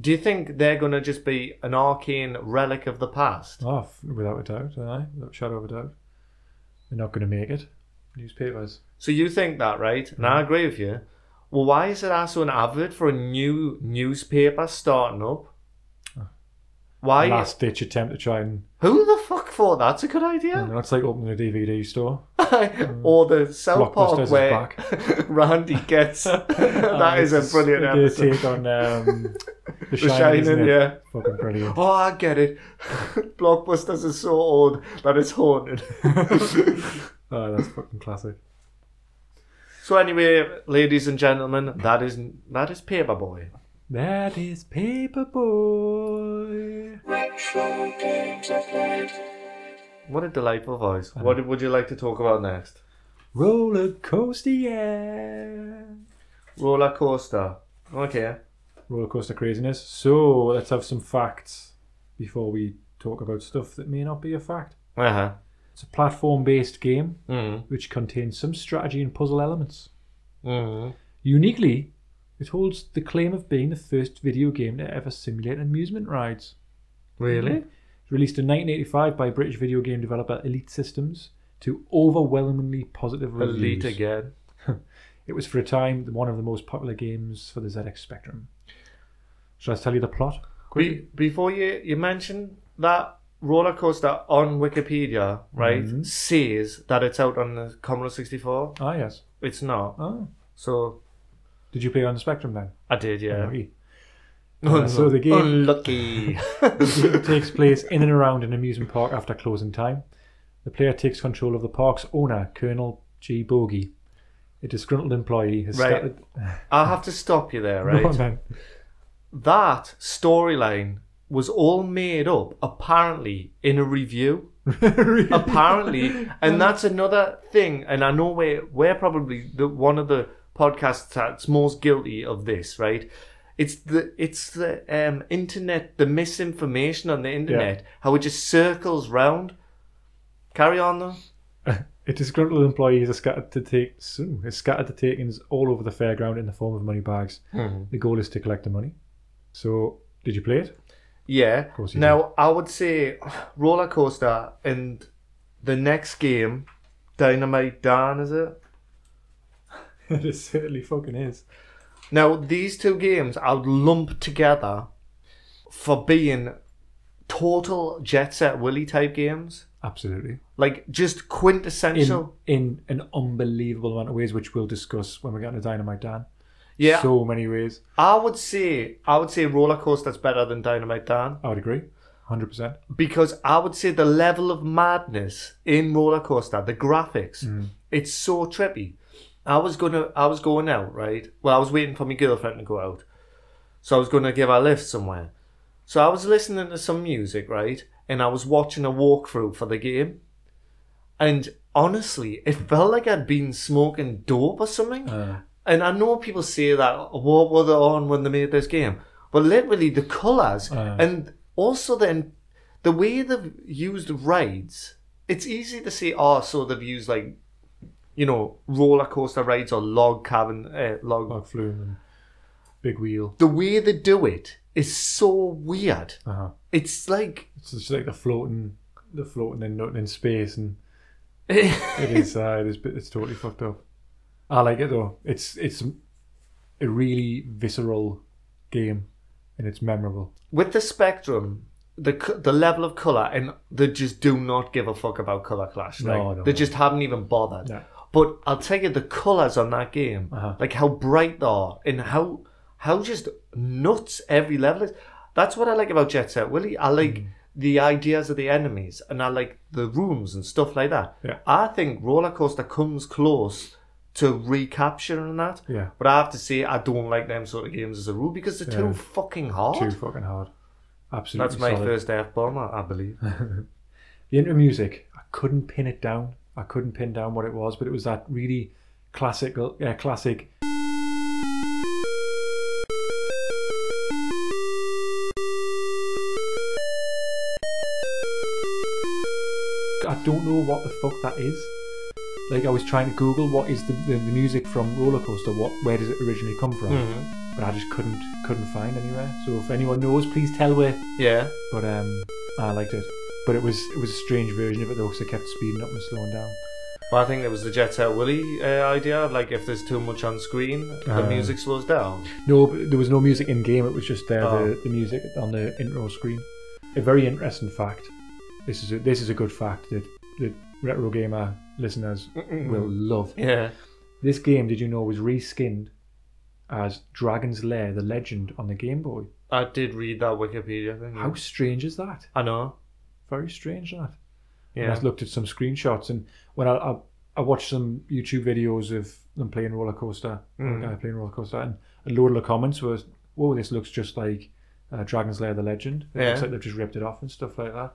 A: Do you think they're gonna just be an arcane relic of the past?
B: Oh, f- without a doubt, aye, without a shadow of a doubt, they're not going to make it. Newspapers.
A: So you think that, right? And
B: Mm.
A: I agree with you. Well, why is it also an advert for a new newspaper starting up? Why?
B: Ah. Last ditch attempt to try and.
A: Who the fuck thought that's a good idea?
B: You know, it's like opening a DVD store.
A: or the
B: Mm.
A: South
B: Blockbusters
A: Park
B: is
A: where
B: back.
A: Randy gets. that
B: Uh,
A: is a
B: it's
A: brilliant
B: a good
A: episode.
B: take on um, the,
A: The
B: Shining, isn't
A: Shining,
B: it?
A: yeah.
B: Fucking brilliant.
A: Oh, I get it. Blockbusters is so old that it's haunted.
B: Oh, that's fucking classic.
A: so anyway, ladies and gentlemen, that is that is Paperboy.
B: That is Paperboy.
A: What a delightful voice.
B: Uh-huh.
A: What would you like to talk about next?
B: Roller coaster, yeah.
A: Roller coaster. Okay.
B: Roller coaster craziness. So let's have some facts before we talk about stuff that may not be a fact.
A: Uh huh.
B: It's a platform-based game
A: Mm.
B: which contains some strategy and puzzle elements. Mm-hmm.
A: Mm.
B: Uniquely, it holds the claim of being the first video game to ever simulate amusement rides.
A: Really?
B: It's Mm-hmm. released in 1985 by British video game developer Elite Systems to overwhelmingly positive reviews.
A: Elite again.
B: It was for a time one of the most popular games for the ZX Spectrum. Shall I tell you the plot?
A: Be- before you you mention that roller coaster on Wikipedia, right,
B: Mhm.
A: says that it's out on the Commodore 64.
B: Ah, yes.
A: It's not.
B: Oh.
A: So
B: Did you play on the Spectrum then?
A: I did, yeah.
B: Unlucky. Uh, so the game-
A: Unlucky.
B: It takes place in and around an amusement park after closing time. The player takes control of the park's owner, Colonel G. Bogey. A disgruntled employee has
A: Right.
B: started.
A: I have to stop you there, right?
B: Go on then.
A: That storyline was all made up apparently in a review. apparently, and that's another thing. And I know we're we're probably the one of the podcasts that's most guilty of this, right? It's the it's the um, internet, the misinformation on the internet, how it just circles round. Carry on though.
B: A disgruntled employee is scattered to take soon is scattered to takings all over the fairground in the form of money bags. The goal is to collect the money. So, did you play it?
A: Yeah.
B: course you
A: Now I would say roller coaster and the next game, Dynamite Dan, is it?
B: it certainly fucking is.
A: Now these two games I would lump together for being total Jet Set Willy type games,
B: Absolutely.
A: like just
B: In,
A: quintessential.
B: in an unbelievable amount of ways, which we'll discuss when we get to Dynamite Dan.
A: yeah,
B: So many ways.
A: I would say I would say roller coaster's better than Dynamite Dan.
B: I would agree. hundred percent.
A: because I would say the level of madness in roller coaster, the graphics, it's so trippy. I was gonna, I was going out, right? Well, I was waiting for my girlfriend to go out, so I was gonna give her a lift somewhere. So I was listening to some music, right, and I was watching a walkthrough for the game, and honestly, it felt like I'd been smoking dope or something.
B: Uh,
A: And I know people say that what were they on when they made this game, but literally the colors
B: Uh.
A: and also then the way they've used rides. It's easy to say, oh, so they've used like you know roller coaster rides or log cabin, uh, log.
B: Like flume and big wheel.
A: The way they do it is so weird.
B: Uh huh.
A: It's like
B: It's just like the floating, the floating and nothing in space, and
A: it
B: it is. Uh, it is. It's totally fucked up. I like it though. It's it's a really visceral game, and it's memorable.
A: with the spectrum the c- the level of color and they just do not give a fuck about color clash
B: No,
A: like,
B: no,
A: they
B: no.
A: just haven't even bothered
B: No.
A: but i'll tell you the colors on that game
B: Uh-huh.
A: like how bright they are and how how just nuts every level is that's what i like about jet set willie i like
B: Mm.
A: the ideas of the enemies and i like the rooms and stuff like that
B: Yeah.
A: i think roller coaster comes close to recapturing that
B: Yeah.
A: but i have to say i don't like them sort of games as a rule because they're
B: Yeah.
A: too fucking hard
B: Too fucking hard. Absolutely.
A: that's my
B: solid.
A: first F bomb, I I believe.
B: The intro music, I couldn't pin it down. I couldn't pin down what it was, but it was that really classical, uh, classic. I don't know what the fuck that is. Like I was trying to Google what is the, the, the music from Roller Coaster? What where does it originally come from? But I just couldn't couldn't find anywhere. So if anyone knows, please tell where
A: Yeah.
B: but um, I liked it. But it was it was a strange version of it though, because I kept speeding up and slowing down.
A: Well, I think it was the Jet Set Willy uh, idea. Like, if there's too much on screen, the
B: Uh.
A: music slows down.
B: No, but there was no music in game. It was just there
A: Oh.
B: the, the music on the intro screen. A very interesting fact. This is a, this is a good fact that that retro gamer listeners will love.
A: Yeah.
B: This game, did you know, was reskinned as Dragon's Lair: The Legend on the Game Boy.
A: I did read that Wikipedia thing.
B: How strange is that?
A: I know.
B: Very strange that. And
A: Yeah.
B: I've looked at some screenshots, and when I, I I watched some YouTube videos of them playing roller coaster,
A: Mm.
B: uh, playing roller coaster, and a load of the comments was, "Whoa, this looks just like uh, Dragon's Lair: The Legend. It looks
A: Yeah.
B: like they've just ripped it off and stuff like that."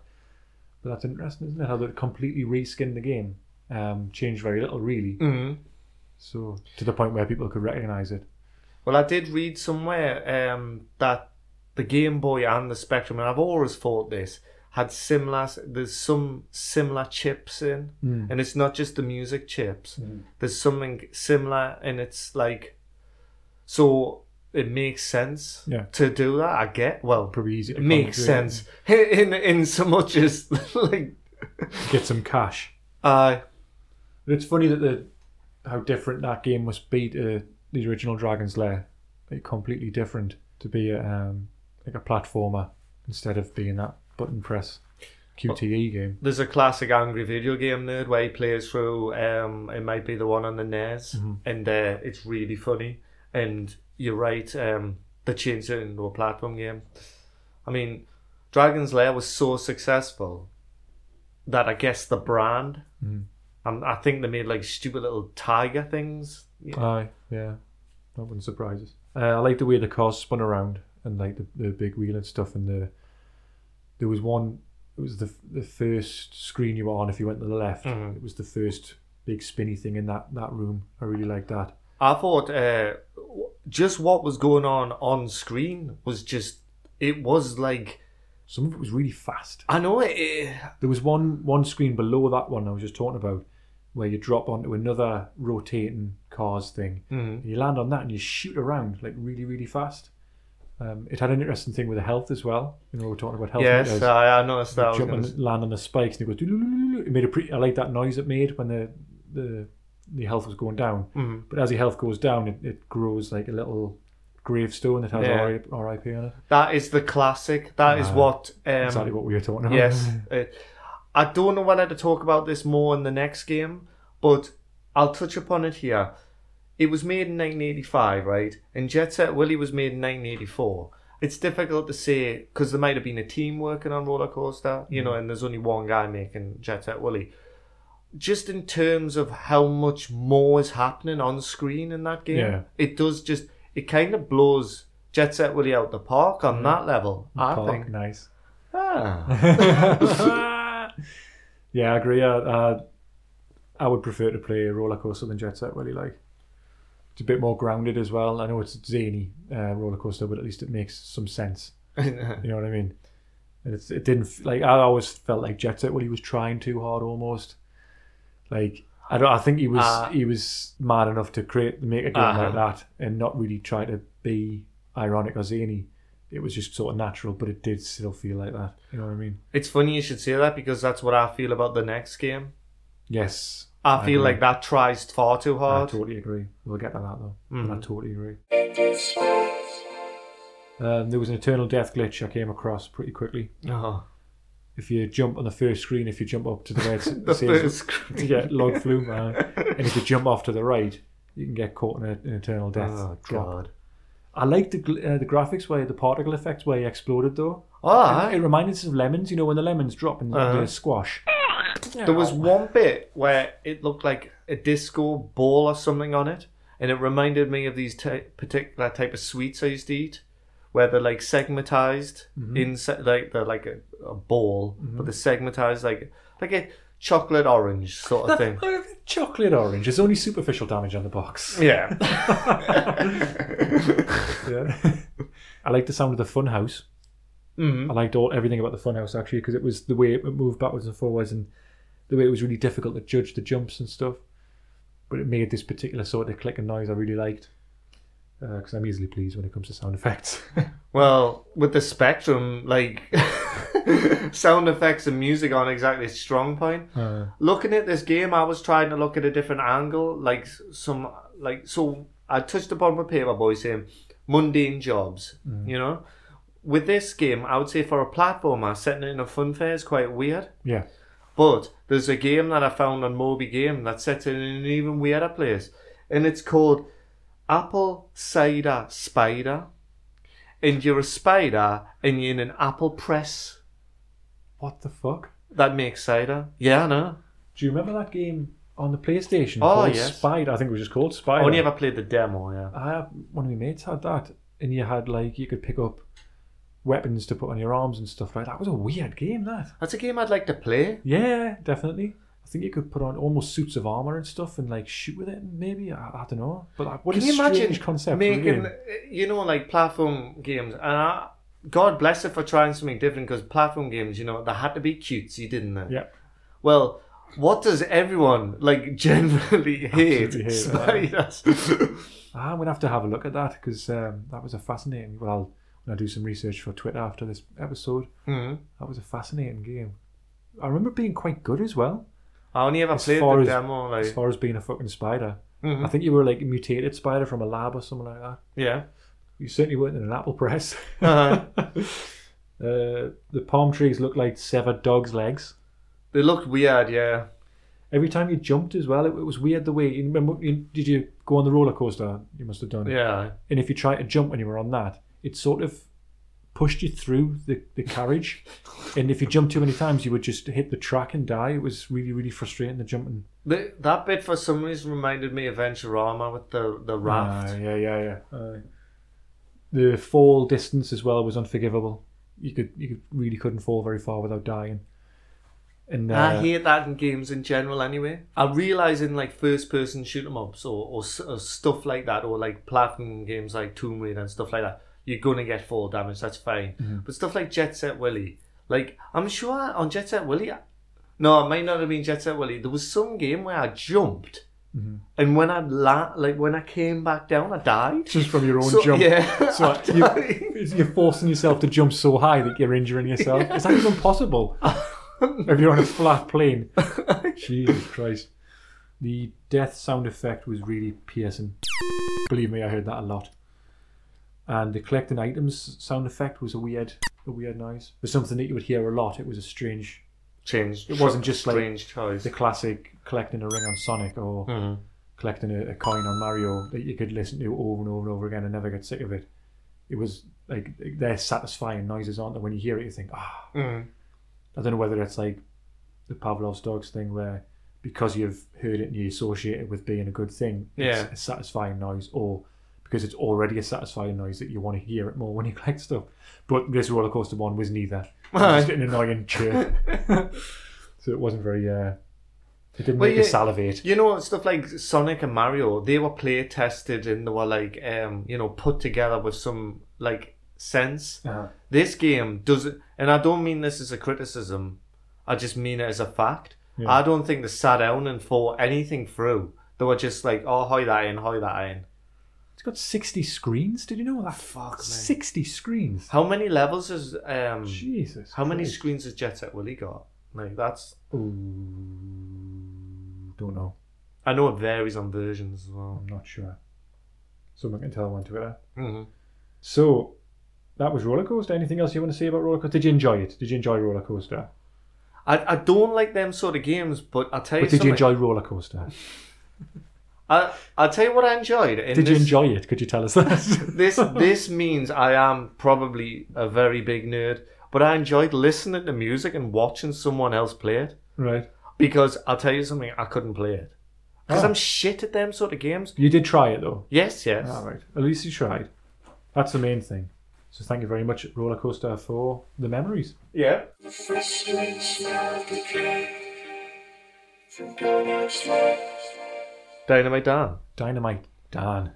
B: But that's interesting, isn't it? How they completely reskinned the game, um, changed very little really,
A: Mm.
B: so to the point where people could recognize it.
A: Well, I did read somewhere um, that the Game Boy and the Spectrum, and I've always thought this, had similar. There's some similar chips in,
B: Mm.
A: and it's not just the music chips.
B: Hmm.
A: There's something similar, and it's like, so it makes sense
B: Yeah.
A: to do that. I get well,
B: Probably easy to
A: it makes
B: concentrate.
A: sense in in so much as like,
B: Get some cash.
A: uh,
B: But it's funny that the how different that game must be to the original Dragon's Lair. Like completely different to be a, um, like a platformer instead of being that button press QTE game.
A: there's a classic angry video game nerd where he plays through um it might be the one on the NES and uh, it's really funny and you're right um they changed it into a platform game I mean Dragon's Lair was so successful that I guess the brand um, I think they made like stupid little tiger things
B: Aye, yeah, that wouldn't surprise us. Uh, I like the way the cars spun around and like the, the big wheel and stuff. And the there was one. It was the the first screen you were on if you went to the left.
A: Mhm.
B: It was the first big spinny thing in that that room. I really liked that.
A: I thought uh, w- just what was going on on screen was just it was like
B: Some of it was really fast.
A: I know it, it
B: There was one one screen below that one I was just talking about, where you drop onto another rotating cars thing.
A: Mhm.
B: You land on that and you shoot around like really really fast. Um, it had an interesting thing with the health as well. You know, we were talking about health.
A: yes
B: meters.
A: I, I noticed that I was
B: jump
A: gonna
B: and
A: s-
B: land on the spikes and it goes. "Doo-doo-doo-doo-doo." It made a pretty. I like that noise it made when the the the health was going down.
A: Mhm.
B: But as your health goes down, it, it grows like a little gravestone that has
A: Yeah. Um,
B: RIP on it.
A: that is the classic That is
B: Ah,
A: what um,
B: exactly what we were talking about.
A: yes it, I don't know whether to talk about this more in the next game but I'll touch upon it here it was made in 1985 right and Jet Set Willy was made in 1984 it's difficult to say because there might have been a team working on roller coaster, you
B: Mm.
A: know, and there's only one guy making Jet Set Willy. Just in terms of how much more is happening on screen in that game,
B: Yeah.
A: it does just it kind of blows Jet Set Willy out the park on that level. I
B: Mm. Park,
A: think.
B: nice.
A: Ah.
B: yeah, I agree. I, I, I would prefer to play roller coaster than Jet Set. Really like. It's a bit more grounded as well. I know it's zany uh, roller coaster, but at least it makes some sense.
A: Ah.
B: You know what I mean? And it's, it didn't f- like I always felt like Jet Set. Well, he was trying too hard almost. Like I don't. I think he was
A: Uh,
B: he was mad enough to create make a game
A: Uh-huh.
B: like that and not really try to be ironic or zany. It was just sort of natural, but it did still feel like that. You know what I mean?
A: it's funny you should say that because that's what I feel about the next game.
B: Yes.
A: I feel
B: agree.
A: like that tries far too
B: I
A: hard.
B: totally agree. We'll get to that though.
A: Mhm.
B: I totally agree. Um, there was an eternal death glitch I came across pretty quickly.
A: Oh.
B: If you jump on the first screen, if you jump up to the right,
A: The first screen.
B: yeah, log flume, uh, and if you jump off to the right, you can get caught in a, an eternal death
A: Oh,
B: drop.
A: God.
B: I liked the gl- uh, the graphics where the particle effects where he exploded though.
A: Ah,
B: It reminded us of lemons, you know, when the lemons drop and
A: Uh-huh.
B: they squash.
A: There was one bit where it looked like a disco ball or something on it, and it reminded me of these t- particular type of sweets I used to eat, where they're like segmentized inside, like they're like a, a ball, but they're segmentized like like a chocolate orange sort of thing.
B: Chocolate orange. There's only superficial damage on the box.
A: yeah.
B: Yeah. I liked the sound of the funhouse.
A: Mhm.
B: I liked all everything about the funhouse actually because it was the way it moved backwards and forwards and the way it was really difficult to judge the jumps and stuff. But it made this particular sort of click and noise I really liked because I'm easily pleased when it comes to sound effects.
A: Well, with the spectrum, like sound effects and music aren't exactly a strong point.
B: Uh,
A: looking at this game, I was trying to look at a different angle, like s- some, like so. I touched upon with Paperboy saying mundane jobs, you know. With this game, I would say for a platformer, setting it in a fun fair is quite weird.
B: yeah,
A: But there's a game that I found on Moby Game that sets it in an even weirder place, and it's called Apple Cider Spider. And you're a spider, and you're in an apple press
B: what the fuck?
A: that makes cider. Yeah, I know.
B: Do you remember that game on the PlayStation?
A: Oh,
B: called
A: yes.
B: Spider. I think it was just called
A: I
B: Spider.
A: only ever played the demo. Yeah.
B: I have, one of my mates had that, and you had like you could pick up weapons to put on your arms and stuff like that. That was a weird game. That.
A: That's a game I'd like to play.
B: Yeah, definitely. I think you could put on almost suits of armor and stuff and like shoot with it. Maybe I, I don't know, but like, what
A: Can
B: a
A: you imagine
B: strange concept. for a
A: making,
B: game.
A: uh, you know, like platform games? And I, God bless it for trying something different because platform games, you know, they had to be cutesy, didn't they?
B: Yeah.
A: Well, what does everyone like generally hate?
B: Absolutely hate,
A: Spiders.
B: Ah, I'm gonna have to have a look at that because um, that was a fascinating. Well, I'll, when I do some research for Twitter after this episode,
A: Mhm.
B: that was a fascinating game. I remember being quite good as well.
A: I only ever
B: As
A: played
B: far
A: the
B: as-
A: demo. Like,
B: as far as being a fucking spider.
A: Mhm.
B: I think you were like a mutated spider from a lab or something like that.
A: yeah.
B: You certainly weren't in an apple press.
A: Uh-huh.
B: Uh, the palm trees looked like severed dog's legs.
A: They looked weird. Yeah.
B: Every time you jumped as well, it, it was weird the way. You remember, you, did you go on the roller coaster? You must have done.
A: Yeah.
B: And if you tried to jump when you were on that, it sort of pushed you through the, the carriage. and if you jumped too many times, you would just hit the track and die. It was really, really frustrating, the jumping.
A: The, that bit for some reason reminded me of Venturama with the the raft.
B: Aye, Uh, yeah, yeah, yeah. Aye. the fall distance as well was unforgivable. You could, you could, really couldn't fall very far without dying. And uh,
A: I hate that in games in general. Anyway, I realise in like first-person shoot 'em ups or, or, s- or stuff like that, or like platform games like Tomb Raider and stuff like that, you're gonna get fall damage. That's fine.
B: Mm-hmm.
A: But stuff like Jet Set Willy, like I'm sure on Jet Set Willy, no, it might not have been Jet Set Willy. There was some game where I jumped,
B: Mm-hmm.
A: and when I la- like when I came back down, I died.
B: just from your own
A: So-
B: jump,
A: Yeah.
B: So
A: I
B: you-
A: died.
B: you're forcing yourself to jump so high that you're injuring yourself. Is that even possible? if you're on a flat plane, Jesus Christ! The death sound effect was really piercing. Believe me, I heard that a lot. And the collecting items sound effect was a weird, a weird noise. It was something that you would hear a lot. It was a strange
A: Changed.
B: It wasn't just like-
A: strange choice.
B: the classic collecting a ring on Sonic or collecting a, a coin on Mario that you could listen to over and over and over again and never get sick of it. it was like they're satisfying noises, aren't they? When you hear it, you think, ah,
A: Mm.
B: I don't know whether it's like the Pavlov's dogs thing where because you've heard it and you associate it with being a good thing,
A: Yeah.
B: it's a satisfying noise, or because it's already a satisfying noise that you want to hear it more when you collect stuff. But this roller coaster one was neither. It was just an annoying chirp. so it wasn't very uh it didn't
A: Well,
B: make
A: yeah.
B: you salivate.
A: You know, stuff like Sonic and Mario, they were play tested and they were like, um, you know, put together with some like sense.
B: Uh-huh.
A: This game doesn't, and I don't mean this as a criticism. I just mean it as a fact.
B: Yeah.
A: I don't think they sat down and thought anything through. They were just like, oh, hoi that in, hoi that in.
B: It's got sixty screens, did you know that?
A: Fuck, man.
B: Sixty screens.
A: How many levels is um?
B: Jesus.
A: How many
B: Christ.
A: screens has Jet Set Willy got? Like that's.
B: Ooh, don't know.
A: I know it varies on versions as well.
B: I'm not sure. Someone can tell me on Twitter.
A: Mm-hmm.
B: So that was roller coaster. Anything else you want to say about roller coaster? Did you enjoy it? Did you enjoy roller coaster?
A: I, I don't like them sort of games, but I tell you
B: But did you
A: something.
B: enjoy roller coaster?
A: I I'll tell you what I enjoyed. And
B: Did you
A: this-
B: enjoy it? Could you tell us that?
A: this? This means I am probably a very big nerd, but I enjoyed listening to music and watching someone else play it
B: right.
A: because I'll tell you something. I couldn't play it because
B: Oh.
A: I'm shit at them sort of games.
B: You did try it though.
A: Yes, yes.
B: All right. At least you tried. That's the main thing. So thank you very much, roller coaster, for the memories.
A: Yeah. Dynamite Dan.
B: Dynamite Dan.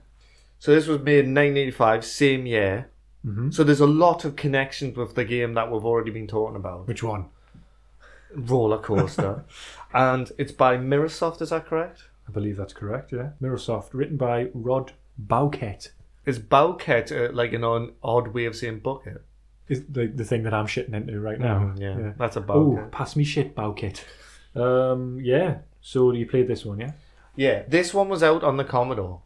A: So this was made in 1985, same year.
B: Mhm.
A: So there's a lot of connections with the game that we've already been talking about.
B: Which one?
A: Roller coaster. and it's by Mirrorsoft, is that correct?
B: I believe that's correct. Yeah. Mirrorsoft, written by Rod Bauket.
A: Is Bowcat uh, like an on, odd way of saying bucket?
B: Is the, the thing that I'm shitting into right now.
A: Mm, yeah. That's a
B: Oh,
A: Bowcat.
B: pass me shit, Bauket. Um, yeah. So you played this one, yeah?
A: Yeah, this one was out on the Commodore.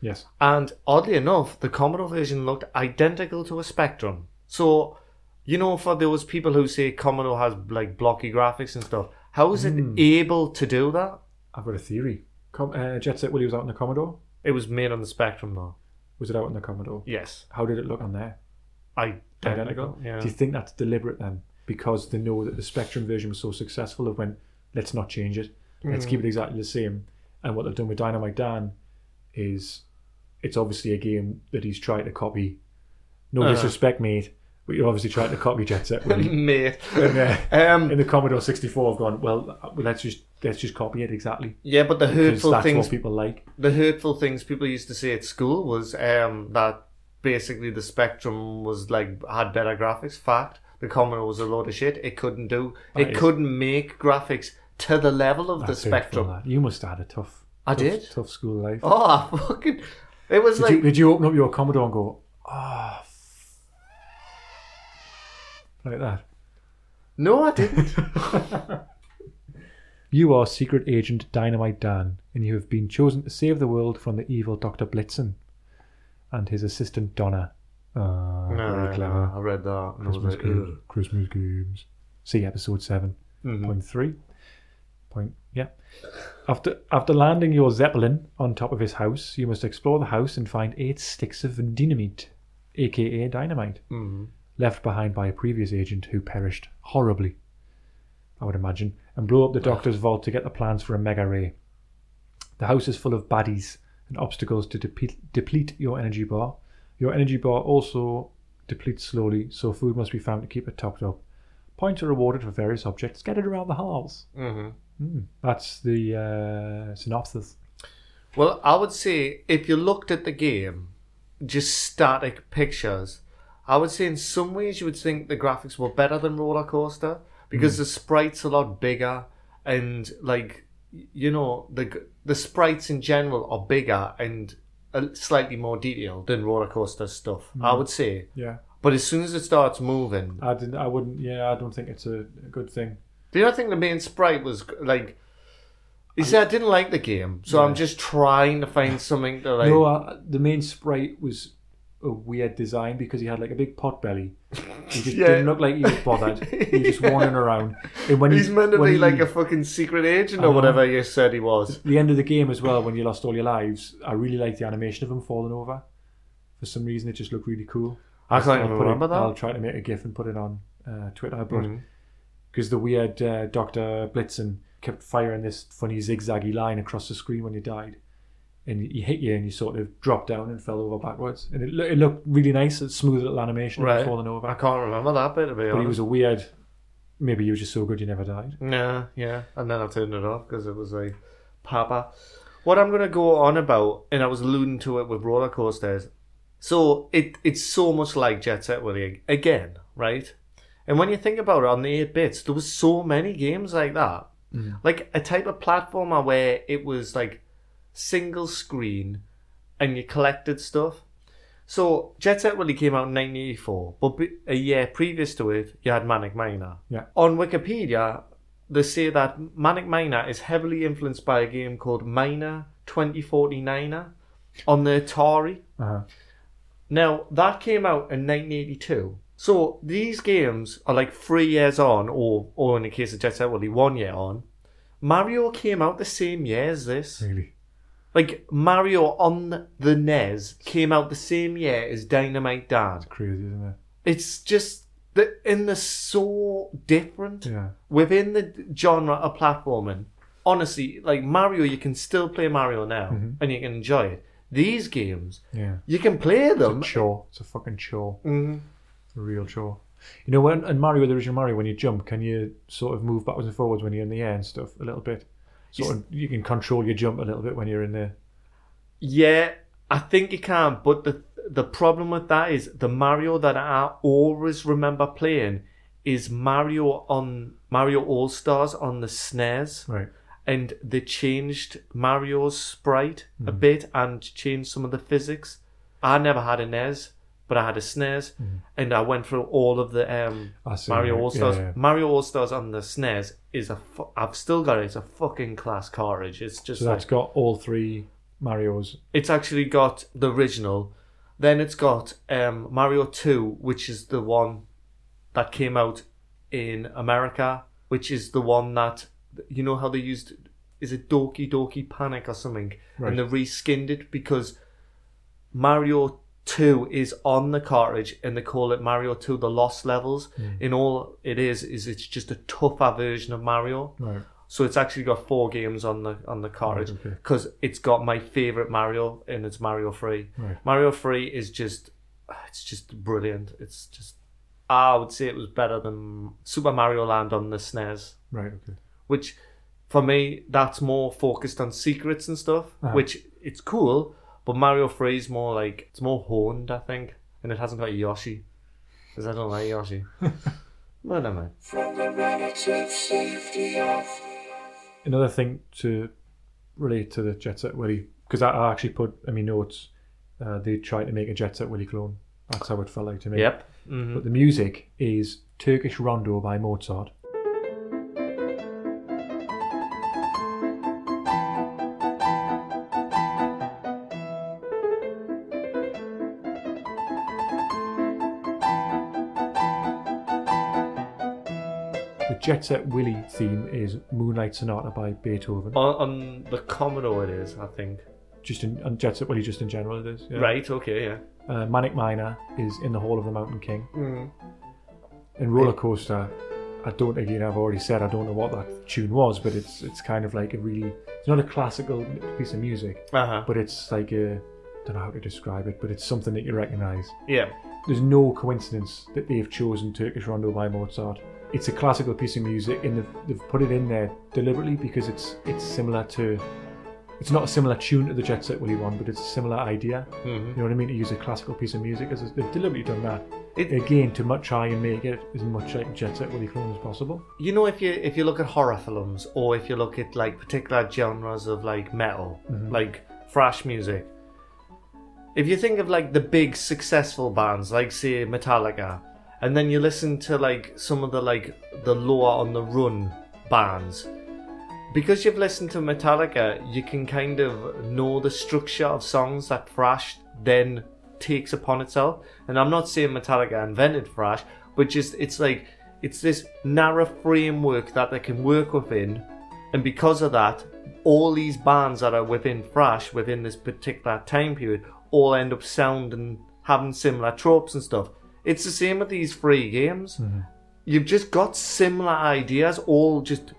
B: Yes.
A: And oddly enough, the Commodore version looked identical to a Spectrum. So, you know, for those people who say Commodore has like blocky graphics and stuff, how is it
B: Hmm.
A: able to do that?
B: I've got a theory. Com- uh, Jet Set Willie was out on the Commodore.
A: It was made on the Spectrum, though.
B: Was it out on the Commodore?
A: Yes,
B: How did it look on there?
A: identical.
B: Do you
A: Yeah.
B: think that's deliberate then? Because they know that the Spectrum version was so successful, they went, let's not change it. Let's keep it exactly the same. And what they've done with Dynamite Dan is it's obviously a game that he's trying to copy. No
A: Uh-huh.
B: disrespect, mate, but you're obviously trying to copy Jet Set Willie.
A: Mate.
B: yeah.
A: Um,
B: In the Commodore 64, I've gone, well, uh, let's just let's just copy it exactly.
A: yeah, but the
B: Because
A: hurtful
B: that's
A: things
B: what people like.
A: the hurtful things people used to say at school was um, that basically the Spectrum was like had better graphics. Fact, the Commodore was a load of shit. It couldn't do.
B: That
A: it
B: is-
A: couldn't make graphics to the level of the
B: That's hurtful,
A: Spectrum.
B: that. You must have had a tough.
A: I
B: tough-
A: did.
B: Tough school life.
A: Oh, I fucking! It was
B: did,
A: like
B: you, did you open up your Commodore and go, ah, f- like that?
A: no, I didn't.
B: You are secret agent Dynamite Dan, and you have been chosen to save the world from the evil Doctor Blitzen and his assistant Donna. Ah, very clever.
A: I read that. And I was
B: Christmas,
A: like,
B: games.
A: "Ugh."
B: Christmas games. See episode seven.
A: Mhm.
B: point three. Point yeah. After after landing your zeppelin on top of his house, you must explore the house and find eight sticks of dynamite, aka dynamite,
A: Mhm.
B: left behind by a previous agent who perished horribly. I would imagine, and blow up the doctor's vault to get the plans for a mega ray. The house is full of baddies and obstacles to deplete, deplete your energy bar. Your energy bar also depletes slowly, so food must be found to keep it topped up. Points are rewarded for various objects scattered around the halls. Hmm,
A: Mhm.
B: That's the uh, synopsis.
A: Well, I would say if you looked at the game, just static pictures, I would say in some ways you would think the graphics were better than Roller Coaster because the sprites a lot bigger and like y- you know the g- the sprites in general are bigger and uh, slightly more detailed than Roller Coaster stuff. I would say,
B: Yeah,
A: but as soon as it starts moving,
B: I didn't. I wouldn't. Yeah, I don't think it's a, a good thing.
A: Do you not think the main sprite was like? You see, I didn't like the game, so I'm just trying to find something to like.
B: no, I, the main sprite was a weird design because he had like a big pot belly. He just
A: Yeah.
B: didn't look like he was bothered. he was just wandering around. And when
A: He's
B: he,
A: meant to
B: when
A: be
B: he-
A: like a fucking secret agent
B: I
A: or
B: know.
A: whatever you said he was.
B: the end of the game as well when you lost all your lives. I really liked the animation of him falling over. For some reason, it just looked really cool.
A: I can't
B: I'll
A: even
B: put it-
A: remember that.
B: I'll try to make a GIF and put it on uh, Twitter, but
A: Mhm.
B: because the weird uh, Doctor Blitzen kept firing this funny zigzaggy line across the screen when you died, and he hit you and you sort of dropped down and fell over backwards, and it, loo- it looked really nice, a smooth little animation of
A: Right.
B: you falling over.
A: I can't remember that bit to
B: but
A: be
B: he
A: honest.
B: was a weird. Maybe you were just so good you never died.
A: Yeah, yeah. And then I turned it off because it was like, Papa. What I'm going to go on about, and I was alluding to it with roller coasters. So it it's so much like Jet Set Willy again, right? And when you think about it, on the eight bits, there was so many games like that, like a type of platformer where it was like single screen, and you collected stuff. So Jet Set Willy came out in 1984, but be- a year previous to it, you had Manic Miner.
B: Yeah.
A: On Wikipedia, they say that Manic Miner is heavily influenced by a game called Miner 2049er on the Atari.
B: Uh-huh.
A: Now, that came out in 1982. So these games are like three years on, or, or in the case of Jet Set Willy, one year on. Mario came out the same year as this.
B: Really?
A: Like, Mario on the NES came out the same year as Dynamite Dad.
B: Crazy, isn't it?
A: It's just, the, and they're so different
B: Yeah.
A: within the genre of platforming, honestly, like Mario, you can still play Mario now
B: Mm-hmm.
A: and you can enjoy it. These games,
B: Yeah.
A: you can play
B: It's a Mm-hmm.
A: them.
B: chore. It's a fucking chore.
A: Mhm.
B: A real chore. You know, when in Mario, the original Mario, when you jump, can you sort of move backwards and forwards when you're in the air and stuff a little bit? Sort of, you can control your jump a little bit when you're in there.
A: Yeah, I think you can, but the the problem with that is the Mario that I always remember playing is Mario on Mario All Stars on the E SNES.
B: Right.
A: and they changed Mario's sprite a
B: Mm-hmm.
A: bit and changed some of the physics. I never had a NES, but I had a SNES, and I went through all of the um,
B: Mm-hmm. I see.
A: Mario All Stars.
B: Yeah, yeah.
A: Mario All Stars on the SNES is a. Fu- I've still got it. It's a fucking class cartridge. It's just
B: So
A: like
B: that's got all three Marios.
A: it's actually got the original. Then it's got um, Mario 2, which is the one that came out in America, which is the one that, you know, how they used, is it Doki Doki Panic or something?
B: Right.
A: And they reskinned it because Mario 2 is on the cartridge and they call it Mario 2 The Lost Levels. And all it is, is it's just a tougher version of Mario.
B: Right.
A: So it's actually got four games on the on the cartridge
B: Right, okay.
A: because it's got my favorite Mario and it's Mario Three.
B: Right.
A: Mario Three is just ah, it's just brilliant. It's just I would say it was better than Super Mario Land on the SNES,
B: Right. Okay.
A: which for me that's more focused on secrets and stuff,
B: Uh-huh.
A: which it's cool. But Mario Three is more like it's more honed, I think, and it hasn't got Yoshi because I don't like Yoshi. but never mind.
B: Another thing to relate to the Jet Set Willy, because I, I actually put in my notes, uh, they tried to make a Jet Set Willy clone. That's how it felt like to me.
A: Yep. hmm
B: But the music is Turkish Rondo by Mozart. The Jet Set Willy theme is Moonlight Sonata by Beethoven.
A: On, on the Commodore, it is, I think.
B: Just in and Jet Set Willy, just in general, it is. yeah.
A: Right. Okay. Yeah.
B: Uh, Manic Miner is in the Hall of the Mountain King.
A: Mm.
B: And roller coaster, I don't again. I've already said I don't know what that tune was, but it's it's kind of like a really. It's not a classical piece of music,
A: Uh huh.
B: but it's like a. I don't know how to describe it, but it's something that you recognise.
A: Yeah.
B: There's no coincidence that they've chosen Turkish Rondo by Mozart. It's a classical piece of music, and they've, they've put it in there deliberately because it's it's similar to. It's not a similar tune to the Jet Set Willy one, but it's a similar idea.
A: hmm
B: You know what I mean? To use a classical piece of music, as they've deliberately done that
A: It,
B: again to mu try and make it as much like Jet Set Willy Clone as possible.
A: you know, if you if you look at horror films, or if you look at like particular genres of like metal, like thrash music. If you think of like the big successful bands, like say Metallica, and then you listen to like some of the like the lower on the run bands, because you've listened to Metallica, you can kind of know the structure of songs that thrash then takes upon itself. And I'm not saying Metallica invented thrash, but just it's like it's this narrow framework that they can work within, and because of that, all these bands that are within thrash within this particular time period all end up sounding having similar tropes and stuff. It's the same with these free games. You've just got similar ideas, all just,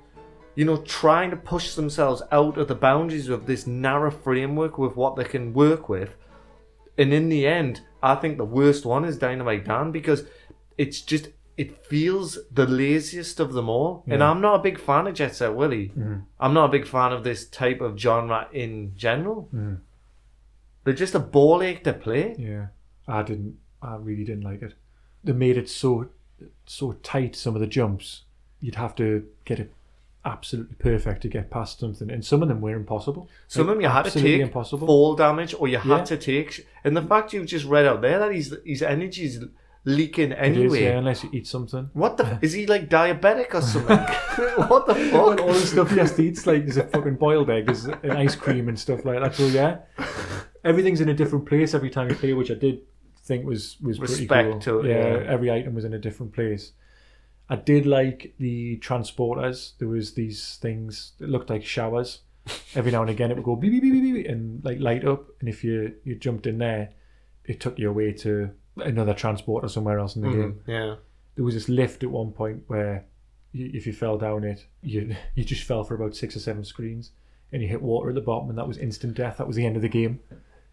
A: you know, trying to push themselves out of the boundaries of this narrow framework with what they can work with. And in the end, I think the worst one is Dynamite Dan because it's just it feels the laziest of them all. And
B: Yeah.
A: I'm not a big fan of Jet Set Willy. I'm not a big fan of this type of genre in general.
B: Mhm.
A: They're just a ball ache to play.
B: Yeah, I didn't. I really didn't like it. They made it so so tight. Some of the jumps, you'd have to get it absolutely perfect to get past something, and some of them were impossible.
A: Some of them you had to
B: absolutely
A: take
B: impossible.
A: fall damage, or you had
B: Yeah.
A: to take. Sh- and the fact you've just read out there that his his energy's leaking
B: It is,
A: anyway.
B: yeah, unless you eat something.
A: What the? Is he like diabetic or something? what the
B: All the
A: fuck?
B: stuff he has to eat's like there's a fucking boiled egg, there's an ice cream and stuff like that. So yeah, everything's in a different place every time you play, which I did think was was pretty
A: Respect
B: cool.
A: to it, yeah.
B: every item was in a different place. I did like the transporters. There was these things that looked like showers. Every now and again, it would go beep beep beep beep beep and like light up. And if you you jumped in there, it took you away to another transporter somewhere else in the game
A: Mhm, Yeah.
B: there was this lift at one point where you, if you fell down it, you you just fell for about six or seven screens, and you hit water at the bottom, and that was instant death. That was the end of the game.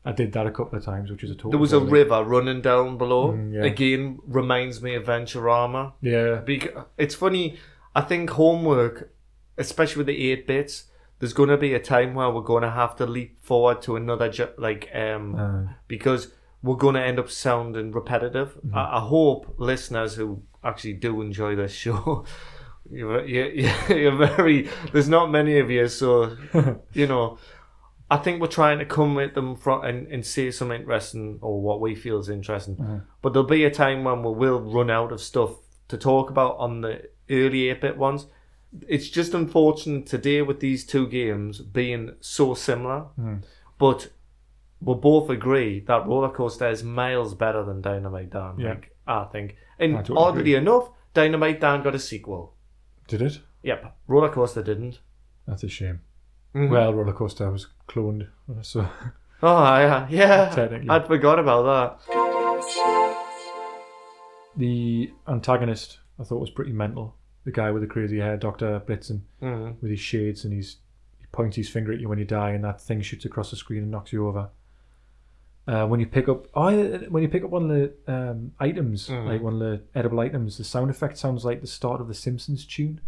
B: I did that a couple of times, which was a total.
A: There was a
B: bother.
A: river running down below.
B: Mm, yeah.
A: Again, reminds me of Venturama.
B: Yeah,
A: Bec- It's funny. I think homework, especially with the eight bits, there's going to be a time where we're going to have to leap forward to another ju- like um
B: uh,
A: because we're going to end up sounding repetitive. I-, I hope listeners who actually do enjoy this show. You're, you're, you're very. There's not many of you, so you know. I think we're trying to come at them from and, and say some interesting or what we feel is interesting.
B: Mm-hmm.
A: But there'll be a time when we will run out of stuff to talk about on the early 8 bit ones. It's just unfortunate today with these two games being so similar.
B: Mm-hmm.
A: But we'll both agree that Roller Coaster is miles better than Dynamite Dan.
B: Yeah.
A: Like, I think. And
B: I totally
A: oddly
B: agree.
A: enough, Dynamite Dan got a sequel.
B: did it?
A: Yep. Roller Coaster didn't.
B: That's a shame.
A: Mm-hmm.
B: Well, roller coaster was cloned, so
A: Oh, yeah. Yeah.
B: Technically.
A: I'd forgot about that.
B: the antagonist I thought was pretty mental. The guy with the crazy hair, Doctor Blitzen,
A: Mhm.
B: with his shades, and he's he points his finger at you when you die, and that thing shoots across the screen and knocks you over. Uh, when you pick up, oh, yeah, when you pick up one of the um, items,
A: Mhm.
B: like one of the edible items, the sound effect sounds like the start of the Simpsons tune.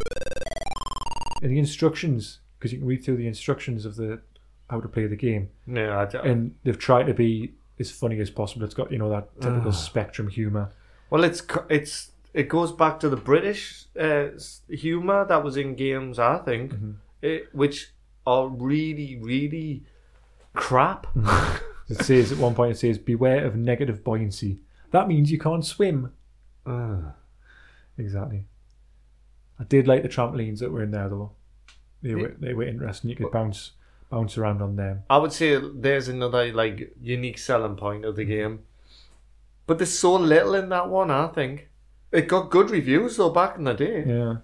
B: And the instructions, because you can read through the instructions of the how to play the game,
A: Yeah, I don't-
B: and they've tried to be as funny as possible. It's got you know that typical spectrum humor.
A: Well, it's co- it's it goes back to the British uh, humor that was in games, I think,
B: Mm-hmm.
A: it, which are really really crap.
B: It says at one point, it says, "Beware of negative buoyancy." That means you can't swim. Mm-hmm.
A: Ugh.
B: Exactly. I did like the trampolines that were in there though. They were they were interesting. You could bounce bounce around on them.
A: I would say there's another like unique selling point
B: Mm-hmm.
A: of the game, but there's so little in that one. I think it got good reviews though back in the day.
B: Yeah.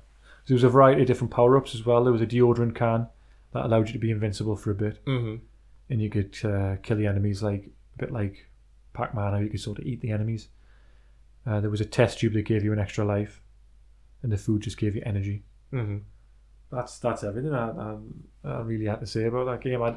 B: There was a variety of different power ups as well. There was a deodorant can that allowed you to be invincible for a bit,
A: hmm
B: and you could uh, kill the enemies like a bit like Pac Man, how you could sort of eat the enemies. Uh, there was a test tube that gave you an extra life, and the food just gave you energy.
A: hmm
B: that's that's everything I, I, I really had to say about that game. I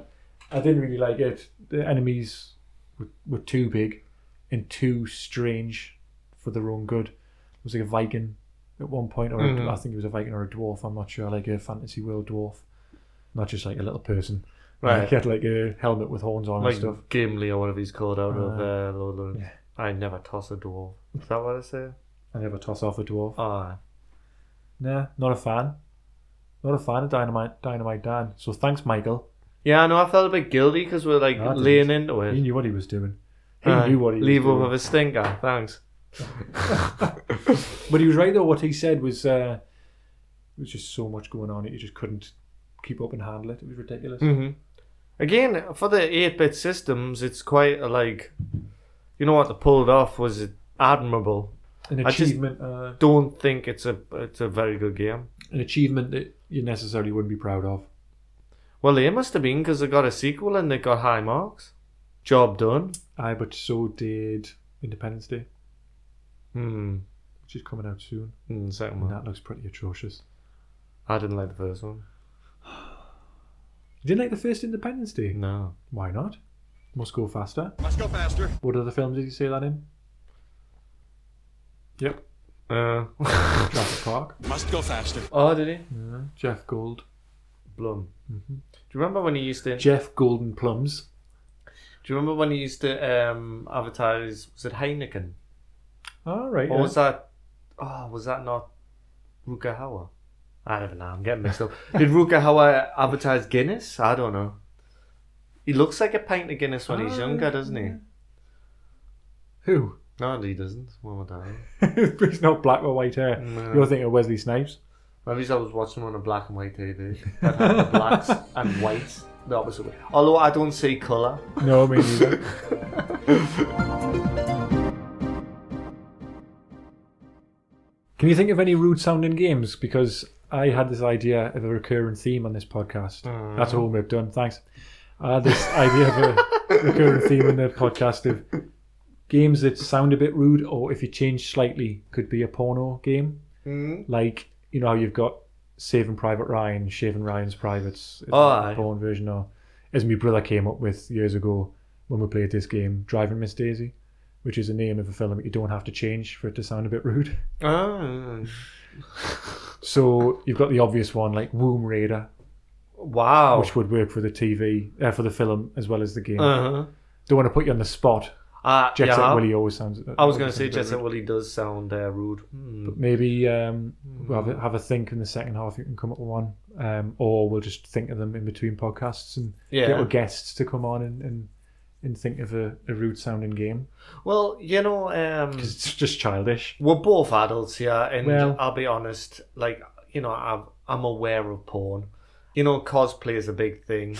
B: I didn't really like it. The enemies were, were too big and too strange for their own good. It was like a Viking at one point, or a-
A: Mhm.
B: I think it was a Viking or a dwarf. I'm not sure. Like a fantasy world dwarf, not just like a little person.
A: Right.
B: Like, he had like a helmet with horns on
A: Like
B: and stuff.
A: Gimli or whatever he's called out of
B: Uh,
A: uh, Lord of the Rings.
B: yeah.
A: I never toss a dwarf. Is that what I say?
B: I never toss off a dwarf.
A: Ah,
B: Nah, not a fan. Not a fan of Dynamite Dynamite Dan. So thanks, Michael.
A: yeah. I know. I felt a bit guilty because we're like
B: No, I didn't.
A: laying into it.
B: He knew what he was doing. He
A: Uh,
B: knew what he
A: leave
B: was
A: up
B: doing.
A: with a stinker. Thanks.
B: But he was right though. What he said was uh, there was just so much going on that you just couldn't keep up and handle it. It was ridiculous.
A: Mm-hmm. Again, for the eight-bit systems, it's quite a, like, you know what they pulled off was admirable.
B: An
A: I just-
B: achievement, uh,
A: Don't think it's a it's a very good game.
B: an achievement that you necessarily wouldn't be proud of.
A: Well, they must have been because they got a sequel and they got high marks. Job done.
B: I but so did Independence Day,
A: Hmm.
B: which is coming out soon.
A: Hmm, second
B: And
A: one.
B: that looks pretty atrocious.
A: I didn't like the first one.
B: You didn't like the first Independence Day?
A: No.
B: Why not? Must go faster.
E: Let's go faster.
B: What other films did you say that in? Yep.
A: Uh.
B: Jurassic Park.
E: Must go faster.
A: oh, did he?
B: Yeah. Jeff Gold.
A: Blum.
B: Mm-hmm.
A: Do you remember when he used to?
B: Jeff Golden Plums.
A: Do you remember when he used to um, advertise? Was it Heineken?
B: All right. uh,
A: Or
B: yeah.
A: was that? Oh, was that not Rukahawa? I don't know. I'm getting mixed up. Did Rukahawa advertise Guinness? I don't know. He looks like a pint of Guinness when he's
B: Ah,
A: younger, doesn't he?
B: yeah. Who?
A: No, he doesn't. When we're dying.
B: he's not black or white hair.
A: No.
B: You're thinking of Wesley Snipes.
A: Maybe I was watching on a black and white TV. That had the blacks and whites the opposite way. Although I don't see colour.
B: No, me neither. Can you think of any rude sounding games? Because I had this idea of a recurring theme on this podcast. That's homework done. Thanks. I had this idea of a recurring theme in the podcast of games that sound a bit rude, or if you change slightly, could be a porno game.
A: Mm.
B: Like you know how you've got Saving Private Ryan, Shaving Ryan's Privates, it's
A: Oh,
B: like
A: aye.
B: a porn version, or as my brother came up with years ago when we played this game, Driving Miss Daisy, which is a name of a film that you don't have to change for it to sound a bit rude.
A: Oh.
B: So you've got the obvious one like Womb Raider,
A: Wow.
B: which would work for the TV, uh, for the film as well as the game.
A: Uh-huh.
B: Don't want to put you on the spot.
A: Uh,
B: Jet Set
A: yeah.
B: Willy always sounds.
A: I was going
B: always
A: to
B: sounds a
A: say
B: bit
A: Jet Set
B: rude.
A: Willy does sound uh, rude. Hmm.
B: Maybe um, we'll have a, have a think in the second half. You can come up with one, um, or we'll just think of them in between podcasts and get
A: Yeah.
B: our guests to come on and, and, and think of a, a rude sounding game
A: Hmm. Well, you know, um,
B: because it's just childish.
A: we're both adults yeah, and
B: Well-
A: I'll be honest, like you know, I'm I'm aware of porn. You know, cosplay is a big thing.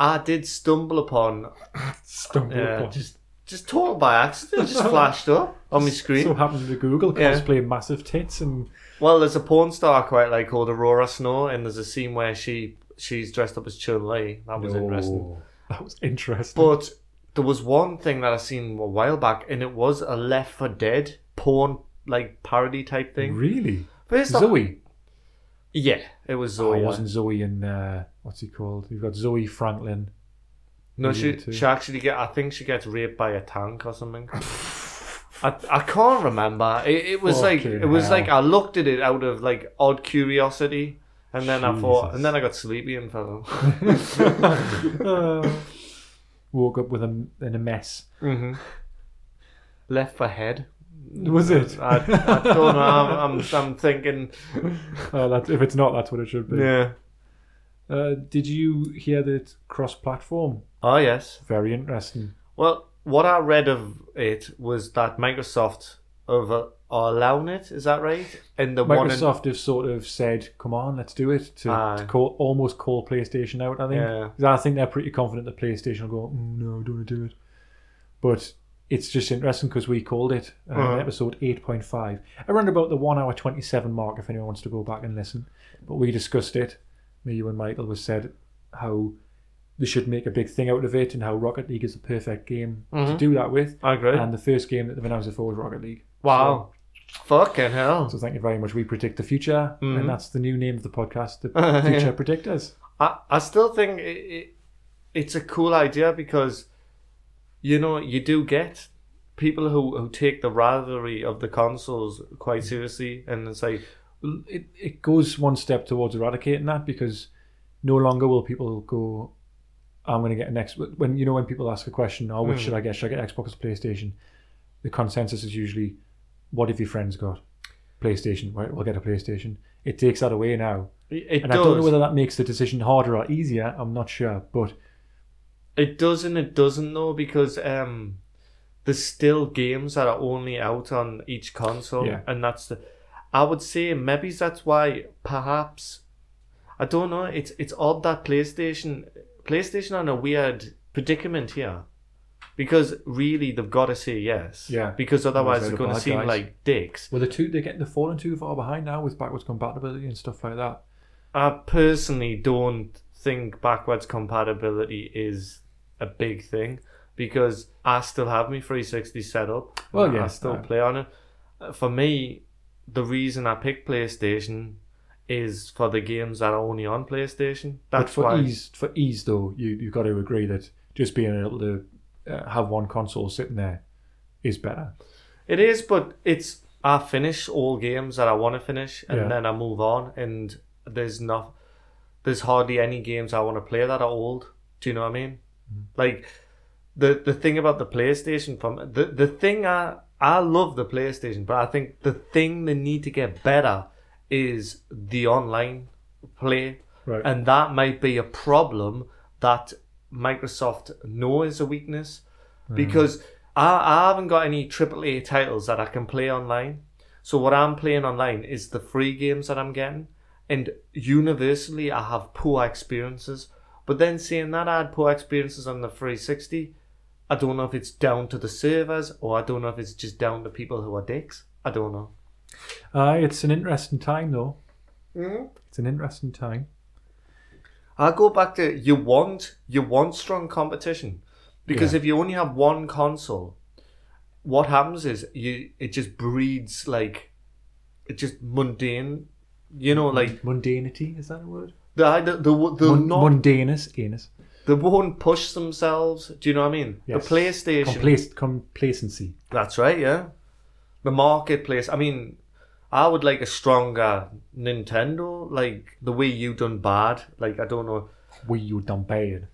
A: I did stumble upon
B: Stumble
A: Yeah,
B: upon.
A: just just total by accident, it just flashed up on my screen.
B: So happened to Google
A: Yeah.
B: cosplay massive tits and
A: Well, there's a porn star I quite like called Aurora Snow, and there's a scene where she she's dressed up as Chun Li. That was interesting.
B: Oh, That was interesting.
A: But there was one thing that I seen a while back, and it was a Left for Dead porn like parody type thing.
B: really,
A: First off-
B: Zoe.
A: Yeah, it was
B: Oh,
A: Zoe.
B: it wasn't Zoe and uh, what's he called? You've got Zoe Franklin.
A: no,
B: you
A: she
B: too.
A: she actually get. I think she gets raped by a tank or something. I, I can't remember. It, it was like
B: Fucking
A: it was
B: hell.
A: like I looked at it out of like odd curiosity, and then I thought,
B: Jesus.
A: and then I got sleepy and fell.
B: Uh, woke up with a in a mess.
A: mm-hmm. Left for head.
B: Was it?
A: I, I don't know. I'm, I'm I'm thinking.
B: Uh, that's, if it's not, that's what it should be.
A: Yeah.
B: Uh, did you hear that cross-platform?
A: Oh yes.
B: Very interesting.
A: Well, what I read of it was that Microsoft over are allowing it. Is that right? And the one in-
B: Microsoft have sort of said, "Come on, let's do it." To,
A: Aye.
B: to call, almost call PlayStation out. I think.
A: Yeah.
B: 'Cause I think they're pretty confident that PlayStation will go, "Mm, "No, don't want to do it." But it's just interesting because we called it uh, in
A: Uh-huh.
B: episode eight point five, around about the one hour twenty seven mark. If anyone wants to go back and listen, but we discussed it. Me, you, and Michael was said how they should make a big thing out of it and how Rocket League is the perfect game
A: Mm-hmm.
B: to do that with.
A: I agree.
B: And the first game that they've announced it for is Rocket League.
A: Wow. Fucking hell.
B: So thank you very much. We predict the future, and that's the new name of the podcast, the
A: Yeah.
B: Future Predictors.
A: I, I still think it, it, it's a cool idea because, you know, you do get people who, who take the rivalry of the consoles quite seriously and it's like,
B: It it goes one step towards eradicating that because no longer will people go. I'm going to get an X. When you know when people ask a question, "Oh, which should I get? Should I get Xbox or PlayStation?" The consensus is usually, "What have your friends got? PlayStation. Right, we'll get a PlayStation." It takes that away now,
A: it it
B: and I don't know
A: does.
B: whether that makes the decision harder or easier. I'm not sure, but
A: it does and it doesn't though because um, there's still games that are only out on each console
B: Yeah.
A: and that's the, I would say maybe that's why perhaps I don't know it's it's odd that PlayStation PlayStation are in a weird predicament here because really they've got to say yes
B: Yeah.
A: because
B: Otherwise
A: otherwise
B: they're
A: they're
B: the
A: going to
B: bad
A: seem
B: guys.
A: like dicks
B: Well, the two they're getting the falling too far behind now with backwards compatibility and stuff like that.
A: I personally don't think backwards compatibility is a big thing. because I still have my 360 set up.
B: Well,
A: and
B: yeah,
A: I still
B: no.
A: play on it. Uh, For me, the reason I picked PlayStation is for the games that are only on PlayStation.
B: But
A: That's
B: for
A: why.
B: ease, for ease though, you you've got to agree that just being able to uh, have one console sitting there is better.
A: It is, but it's I finish all games that I want to finish, and
B: Yeah.
A: then I move on. And there's not, there's hardly any games I want to play that are old. Do you know what I mean? Like the the thing about the PlayStation from the the thing I I love the PlayStation, but I think the thing they need to get better is the online play,
B: Right.
A: and that might be a problem that Microsoft know is a weakness because I, I haven't got any AAA titles that I can play online. So what I'm playing online is the free games that I'm getting, and universally I have poor experiences. But then saying that I had poor experiences on the 360, I don't know if it's down to the servers or I don't know if it's just down to people who are dicks. I don't know.
B: Uh, it's an interesting time though. It's an interesting time.
A: I go back to you want you want strong competition because
B: Yeah.
A: if you only have one console, what happens is you it just breeds like it just mundane, you know, like
B: Mundanity is that a word?
A: the the the, the
B: Mun-
A: not
B: mundanus, anus.
A: they won't push themselves. Do you know what I mean?
B: Yes.
A: The PlayStation.
B: Complac- complacency.
A: That's right. Yeah, the marketplace. I mean. I would like a stronger Nintendo, like the way you done bad. Like I don't know,
B: We you done bad.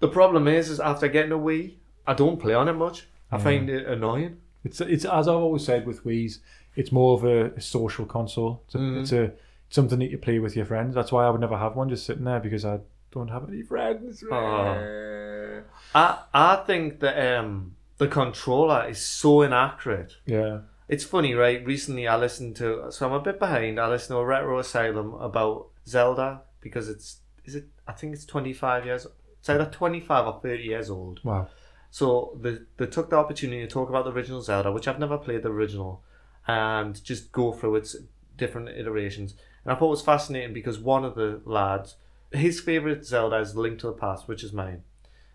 A: The problem is, is after getting a Wii, I don't play on it much. I
B: Yeah.
A: find it annoying.
B: It's it's as I've always said with Wii's, it's more of a, a social console. It's a,
A: Mhm.
B: it's a it's something that you play with your friends. That's why I would never have one just sitting there because I don't have any friends.
A: Aw. I I think that um the controller is so inaccurate.
B: Yeah.
A: It's funny, right? Recently, I listened to so I'm a bit behind. I listened to a Retro Asylum about Zelda because it's is it I think it's 25 years. It's either 25 or 30 years old.
B: Wow.
A: So they, they took the opportunity to talk about the original Zelda, which I've never played the original, and just go through its different iterations. And I thought it was fascinating because one of the lads, his favorite Zelda is Link to the Past, which is mine,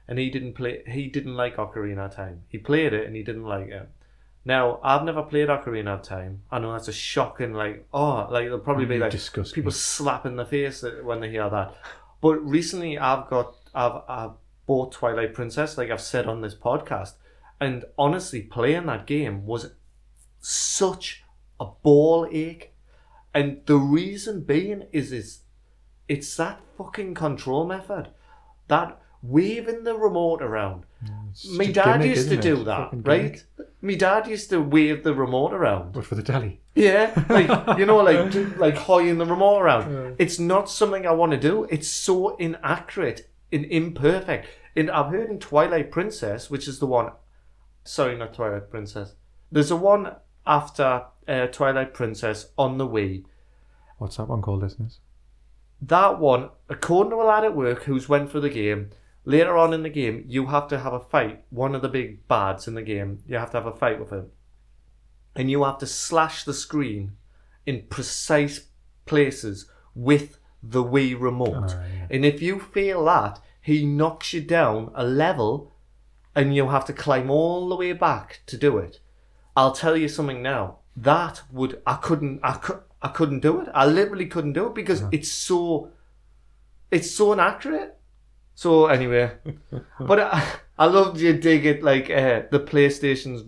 A: and he didn't play. He didn't like Ocarina of Time. He played it and he didn't like it. Now I've never played Ocarina of Time. I know that's a shocking, like oh, like they'll probably be
B: You
A: like
B: disgust
A: people
B: me.
A: slap in the face that- when they hear that. But recently I've got I've I've bought Twilight Princess, like I've said on this podcast, and honestly, playing that game was such a ball ache. And the reason being is is it's that fucking control method. That waving the remote around.
B: It's
A: My
B: just
A: dad
B: gimmick,
A: used to
B: isn't it?
A: do
B: It's
A: that,
B: fucking
A: right?
B: gimmick.
A: My dad used to wave the remote around.
B: But for the telly.
A: Yeah, like you know, like do- like hoying the remote around.
B: Yeah.
A: It's not something I want to do. It's so inaccurate and imperfect. And I've heard in Twilight Princess, which is the one, sorry, not Twilight Princess. There's a one after uh, Twilight Princess on the Wii.
B: What's that one called, listeners?
A: That one, according to a lad at work who's went through the game, later on in the game, you have to have a fight. One of the big bads in the game, you have to have a fight with him. And you have to slash the screen in precise places with the Wii remote.
B: Oh, yeah.
A: And if you fail that, he knocks you down a level and you have to climb all the way back to do it. I'll tell you something now. That would I couldn't I, cou- I couldn't do it. I literally couldn't do it because it's so it's so inaccurate. So anyway, but I, I loved you dig it like uh, the PlayStation's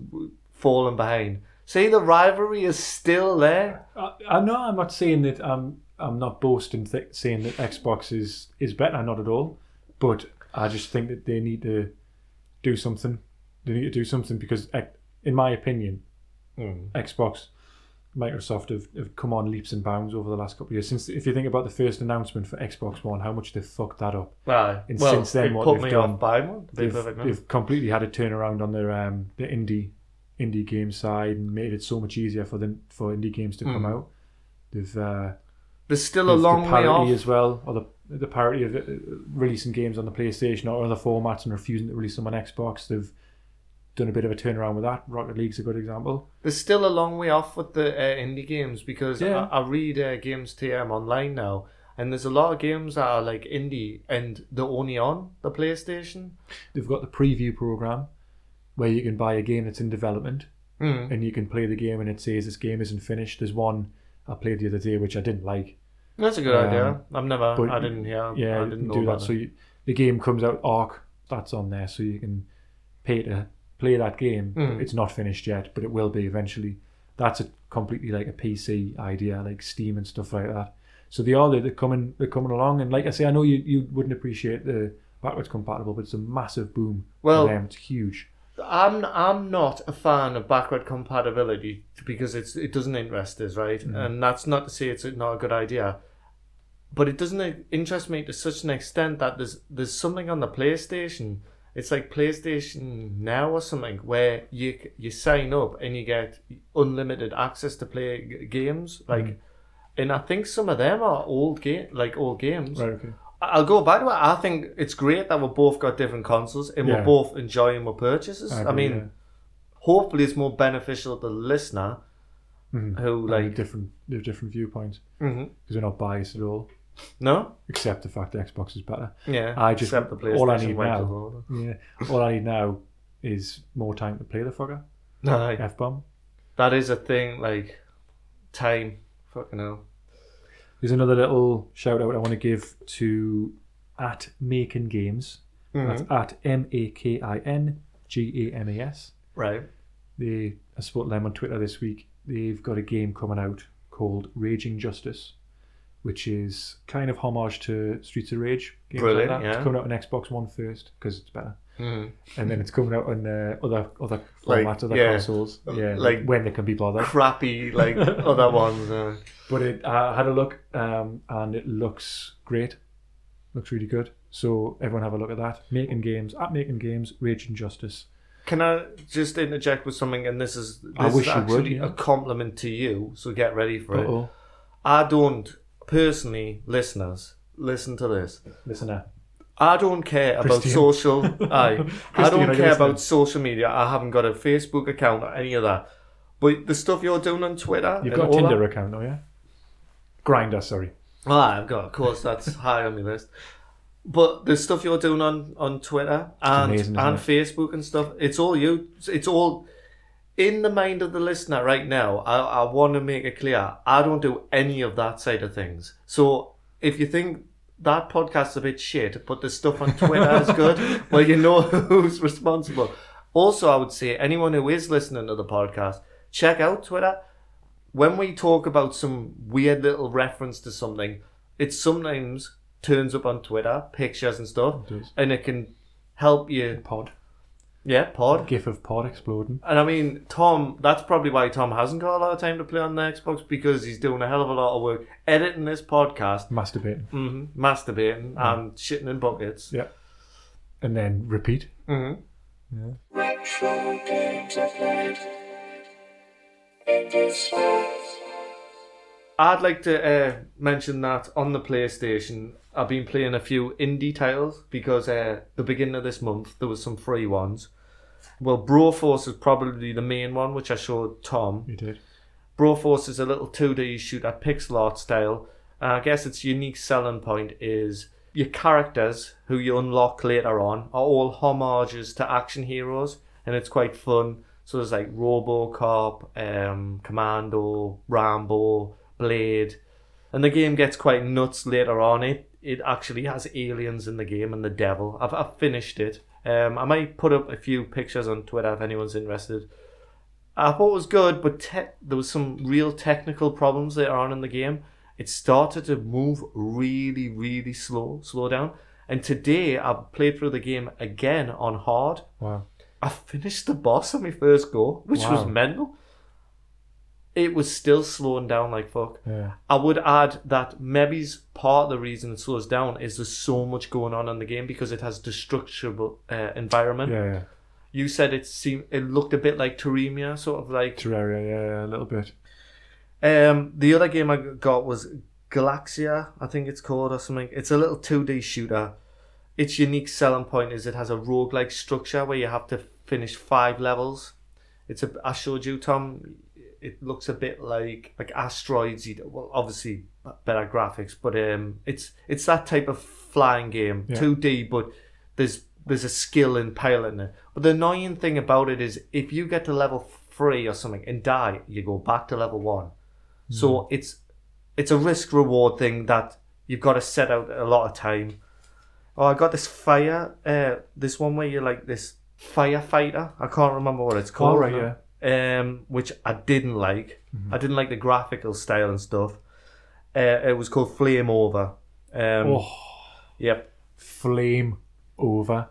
A: falling behind. See the rivalry is still there.
B: I, I know I'm not saying that I'm I'm not boasting th- saying that Xbox is is better, not at all. But I just think that they need to do something. They need to do something because, ec- in my opinion, Hmm. Xbox, Microsoft have, have come on leaps and bounds over the last couple of years. Since if you think about the first announcement for Xbox One, how much they fucked that up.
A: Well,
B: And
A: well,
B: since then
A: it
B: what
A: put
B: they've
A: me
B: done,
A: off buying one. to be
B: They've,
A: perfectly honest.
B: they've completely had a turnaround on their um, the indie indie game side and made it so much easier for them for indie games to come out. They've uh,
A: There's still Mm. a
B: with
A: long
B: the
A: way
B: parity
A: off.
B: as well, or the the parity of uh, releasing games on the PlayStation or other formats and refusing to release them on Xbox. They've done a bit of a turnaround with that. Rocket League's a good example.
A: There's still a long way off with the uh, indie games because
B: Yeah.
A: I, I read uh, Games TM online now, And there's a lot of games that are like indie and they're only on the PlayStation.
B: They've got the preview program where you can buy a game that's in development
A: Mm.
B: and you can play the game and it says this game isn't finished. There's one I played the other day which I didn't like.
A: That's a good
B: Um,
A: idea. I've never,
B: but
A: I didn't hear,
B: yeah,
A: I
B: you
A: didn't
B: can
A: know
B: do
A: about
B: that.
A: it.
B: So you, the game comes out Arc. That's on there, so you can pay to play that game. but
A: Mm.
B: It's not finished yet, but it will be eventually. That's a completely like a PC idea, like Steam and stuff like that. So they are there. They're coming. They're coming along. And like I say, I know you, you wouldn't appreciate the backwards compatible, but it's a massive boom.
A: Well-
B: for them. it's huge.
A: I'm I'm not a fan of backward compatibility because it's it doesn't interest us, right? And that's not to say it's not a good idea, but it doesn't interest me to such an extent that there's there's something on the PlayStation. It's like PlayStation Now or something where you c- you sign up and you get unlimited access to play g- games, like. And I think some of them are old game, like old games.
B: Right. Okay.
A: I'll go back to it. I think it's great that we both got different consoles and
B: Yeah.
A: we're both enjoying our purchases.
B: I
A: I,
B: agree,
A: mean,
B: yeah.
A: hopefully it's more beneficial to the listener
B: Mhm.
A: who
B: Like
A: like
B: different, they're different viewpoints
A: Mhm.
B: because we're not biased at all,
A: no,
B: except the fact that Xbox is better.
A: yeah.
B: I just-
A: Except the
B: all I
A: PlayStation
B: need
A: went
B: now-
A: to the world.
B: Yeah. All I need now is more time to play the fucker.
A: No,
B: F bomb.
A: that is a thing. Like time, fucking hell.
B: There's another little shout out I want to give to at Making Games.
A: Mhm.
B: That's at M A K I N G A M A S.
A: Right.
B: They I spotted them on Twitter this week. They've got a game coming out called Raging Justice, which is kind of homage to Streets of Rage. Games
A: Brilliant,
B: Like that.
A: yeah.
B: It's coming out on Xbox One first because it's better,
A: Mhm.
B: and then it's coming out on uh, other other
A: Like,
B: formats, other
A: yeah. Um,
B: consoles. Yeah,
A: Like-
B: when they can be bothered.
A: Crappy like other ones. Uh,
B: But it, I had a look, um, and it looks great. Looks really good. So everyone have a look at that. Making games at making games. Rage and justice.
A: Can I just interject with something? And this is this
B: I wish
A: is
B: you would,
A: actually
B: yeah.
A: a compliment to you. So get ready for it.
B: Uh-oh.
A: I don't personally, listeners, listen to this.
B: Listener.
A: I don't care about
B: Christian.
A: social. I, I
B: Christian, are
A: don't
B: you
A: care
B: listening?
A: about social media. I haven't got a Facebook account or any of that. But the stuff you're doing on Twitter,
B: You've
A: and
B: got a
A: all
B: Tinder
A: that-
B: account, oh yeah? Grinder, sorry.
A: Ah, I've got. Of course, that's high on my list. But the stuff you're doing on on Twitter and
B: amazing, isn't
A: and
B: it?
A: Facebook and stuff, it's all you. It's all in the mind of the listener right now. I, I want to make it clear. I don't do any of that side of things. So if you think that podcast's a bit shit, but the stuff on Twitter is good, well, you know who's responsible. Also, I would say anyone who is listening to the podcast, check out Twitter when we talk about some weird little reference to something, it sometimes turns up on Twitter, pictures and stuff,
B: It does.
A: and it can help you.
B: Pod.
A: Yeah, pod.
B: GIF of pod exploding.
A: And I mean, Tom, that's probably why Tom hasn't got a lot of time to play on the Xbox because he's doing a hell of a lot of work editing this podcast,
B: Masturbating.
A: hmm
B: Mm-hmm.
A: masturbating, and shitting in buckets.
B: Yeah. And then repeat.
A: hmm I'd like to uh, mention that on the PlayStation, I've been playing a few indie titles because uh, the beginning of this month there was some free ones. Well, Broforce is probably the main one, which I showed Tom.
B: You did.
A: Broforce is a little 2D shoot at pixel art style. And I guess its unique selling point is your characters, who you unlock later on, are all homages to action heroes, and it's quite fun. So there's like Robocop, um, Commando, Rambo, Blade, and the game gets quite nuts later on. It it actually has aliens in the game and the devil. I've, I've finished it. Um, I might put up a few pictures on Twitter if anyone's interested. I thought it was good, but te- there was some real technical problems later on in the game. It started to move really, really slow, slow down. And today I played through the game again on hard.
B: Wow.
A: I finished the boss on my first go, which
B: Wow.
A: was mental. It was still slowing down like fuck.
B: Yeah.
A: I would add that maybe's part of the reason it slows down is there's so much going on in the game because it has destructible uh, environment.
B: Yeah, yeah.
A: You said it seemed it looked a bit like Teremia, sort of like
B: Terraria, yeah, yeah, a little bit.
A: um, the other game I got was Galaxia, I think it's called or something. It's a little 2D shooter. Its unique selling point is it has a roguelike structure where you have to finish five levels. It's a I showed you Tom it looks a bit like like asteroids. You well, obviously better graphics, but um, it's it's that type of flying game,
B: Yeah.
A: two D. But there's there's a skill in piloting it. But the annoying thing about it is if you get to level three or something and die, you go back to level one. So
B: Hmm.
A: it's it's a risk reward thing that you've got to set out a lot of time. Oh, I got this fire. Uh, this one where you're like this firefighter. I can't remember what it's called.
B: All Oh, right, yeah. Mm-hmm.
A: Um, which I didn't like. I didn't like the graphical style and stuff. Uh, it was called Flame Over. Um,
B: Oh,
A: Yep.
B: flame over.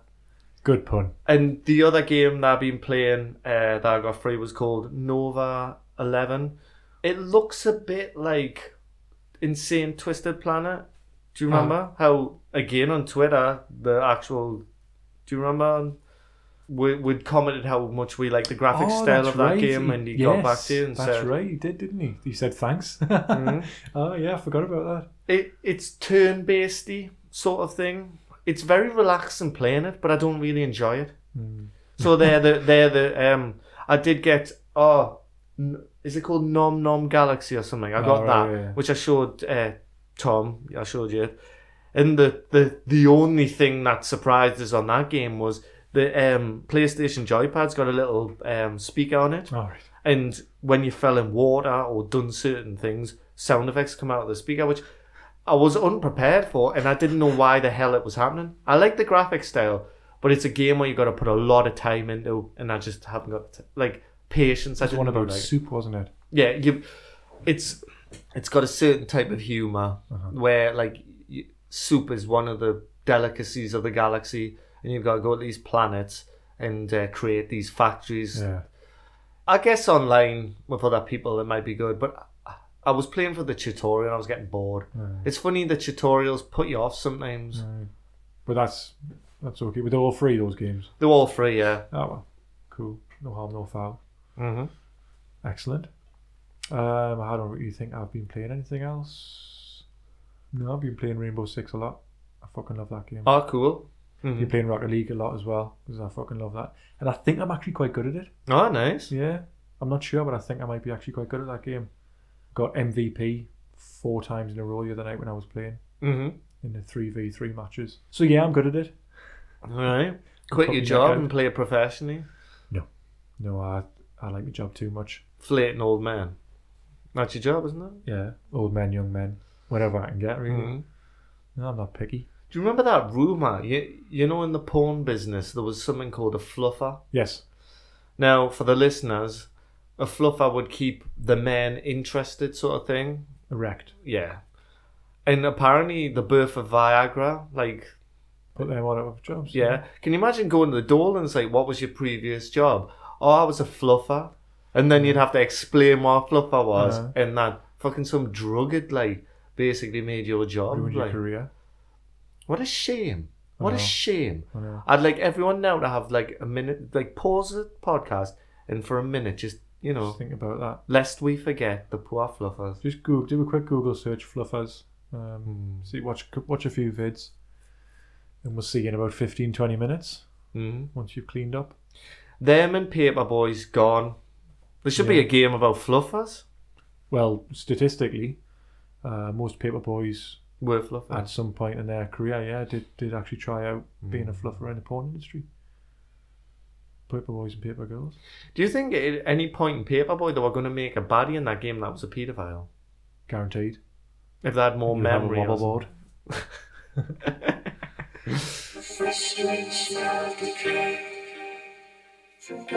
B: Good pun.
A: And the other game that I've been playing uh, that I got free was called Nova 11. It looks a bit like Insane Twisted Planet. Do
B: Uh-huh.
A: you remember how, again on Twitter, the actual. Do you remember? um, We, we'd commented how much we liked the graphic
B: Oh,
A: style
B: that's
A: of that
B: right.
A: game,
B: He-
A: and he
B: yes,
A: got back to you and
B: that's
A: said. Mm-hmm.
B: right. He did, didn't he? He said thanks. oh yeah, I forgot about that.
A: It, it's turn basedy sort of thing. It's very relaxing playing it, but I don't really enjoy it.
B: Hmm.
A: So they're the they're the um. I did get oh, n- is it called Nom Nom Galaxy or something? I got
B: Oh,
A: that,
B: right, yeah.
A: which I showed uh, Tom. I showed you. it. And the, the the only thing that surprised us on that game was the um, PlayStation joypad's got a little um, speaker on it.
B: All right.
A: And when you fell in water or done certain things, sound effects come out of the speaker, which I was unprepared for, and I didn't know why the hell it was happening. I like the graphic style, but it's a game where you got to put a lot of time into, and I just haven't got t- like patience. I
B: That's
A: just
B: one
A: want to
B: about
A: like,
B: soup, wasn't it?
A: yeah, you, it's it's got a certain type of humor
B: Uh-huh.
A: where like y soup is one of the delicacies of the galaxy, and you've got to go to these planets and uh, create these factories
B: Yeah.
A: I guess online with other people it might be good, but I- I was playing for the tutorial and I was getting bored. It's funny the tutorials put you off sometimes.
B: But that's that's okay. But they're all free those games.
A: They're all free, yeah.
B: Oh well. Cool. No harm, no foul.
A: Mm-hmm.
B: Excellent. Um, I don't really think I've been playing anything else. No, I've been playing Rainbow Six a lot. I fucking love that game.
A: Oh, cool.
B: I've been playing Rocket League a lot as well because I fucking love that. And I think I'm actually quite good at it.
A: Oh, nice.
B: Yeah, I'm not sure, but I think I might be actually quite good at that game. Got MVP four times in a row the other night when I was playing
A: Mm-hmm.
B: in the three v three matches. So yeah, I'm good at it.
A: All right. Quit
B: Put
A: your
B: me
A: job
B: back out.
A: and play it professionally.
B: No, I I like my job too much.
A: Flirting old man. That's your job, isn't it?
B: Yeah, old men, young men, whatever I can get. Really,
A: Mhm.
B: no, I'm not picky.
A: Do you remember that rumor? You, you know, in the porn business, there was something called a fluffer.
B: Yes,
A: Now, for the listeners, a fluffer would keep the men interested, sort of thing.
B: erect.
A: Yeah. And apparently the birth of Viagra, like
B: Put them on of jobs.
A: yeah. Can you imagine going to the door and say, What was your previous job? Oh, I was a fluffer. And then you'd have to explain what a fluffer was
B: Uh-huh.
A: and that fucking some drug had like basically made your job.
B: ruined
A: Like,
B: your career.
A: what a shame. What a
B: know.
A: shame.
B: I know.
A: I'd like everyone now to have like a minute like pause the podcast and for a minute just you know
B: Just think about that.
A: lest we forget the poor fluffers.
B: Just Google, do a quick Google search, fluffers.
A: Hmm.
B: Um, See, watch watch a few vids, and we'll see you in about 15, 20 minutes
A: Mm-hmm.
B: once you've cleaned up.
A: Them and Paperboy's gone. There should be
B: Yeah.
A: a game about fluffers.
B: Well, statistically, uh, most paper boys
A: Were fluffers.
B: at some point in their career, yeah, did, did actually try out
A: Hmm.
B: being a fluffer in the porn industry. Paper boys and paper girls.
A: Do you think at any point in Paperboy they were going to make a baddie in that game that was a paedophile?
B: Guaranteed.
A: If they had more
B: You'll have a
A: memory. or
B: wobble
A: something.
B: board.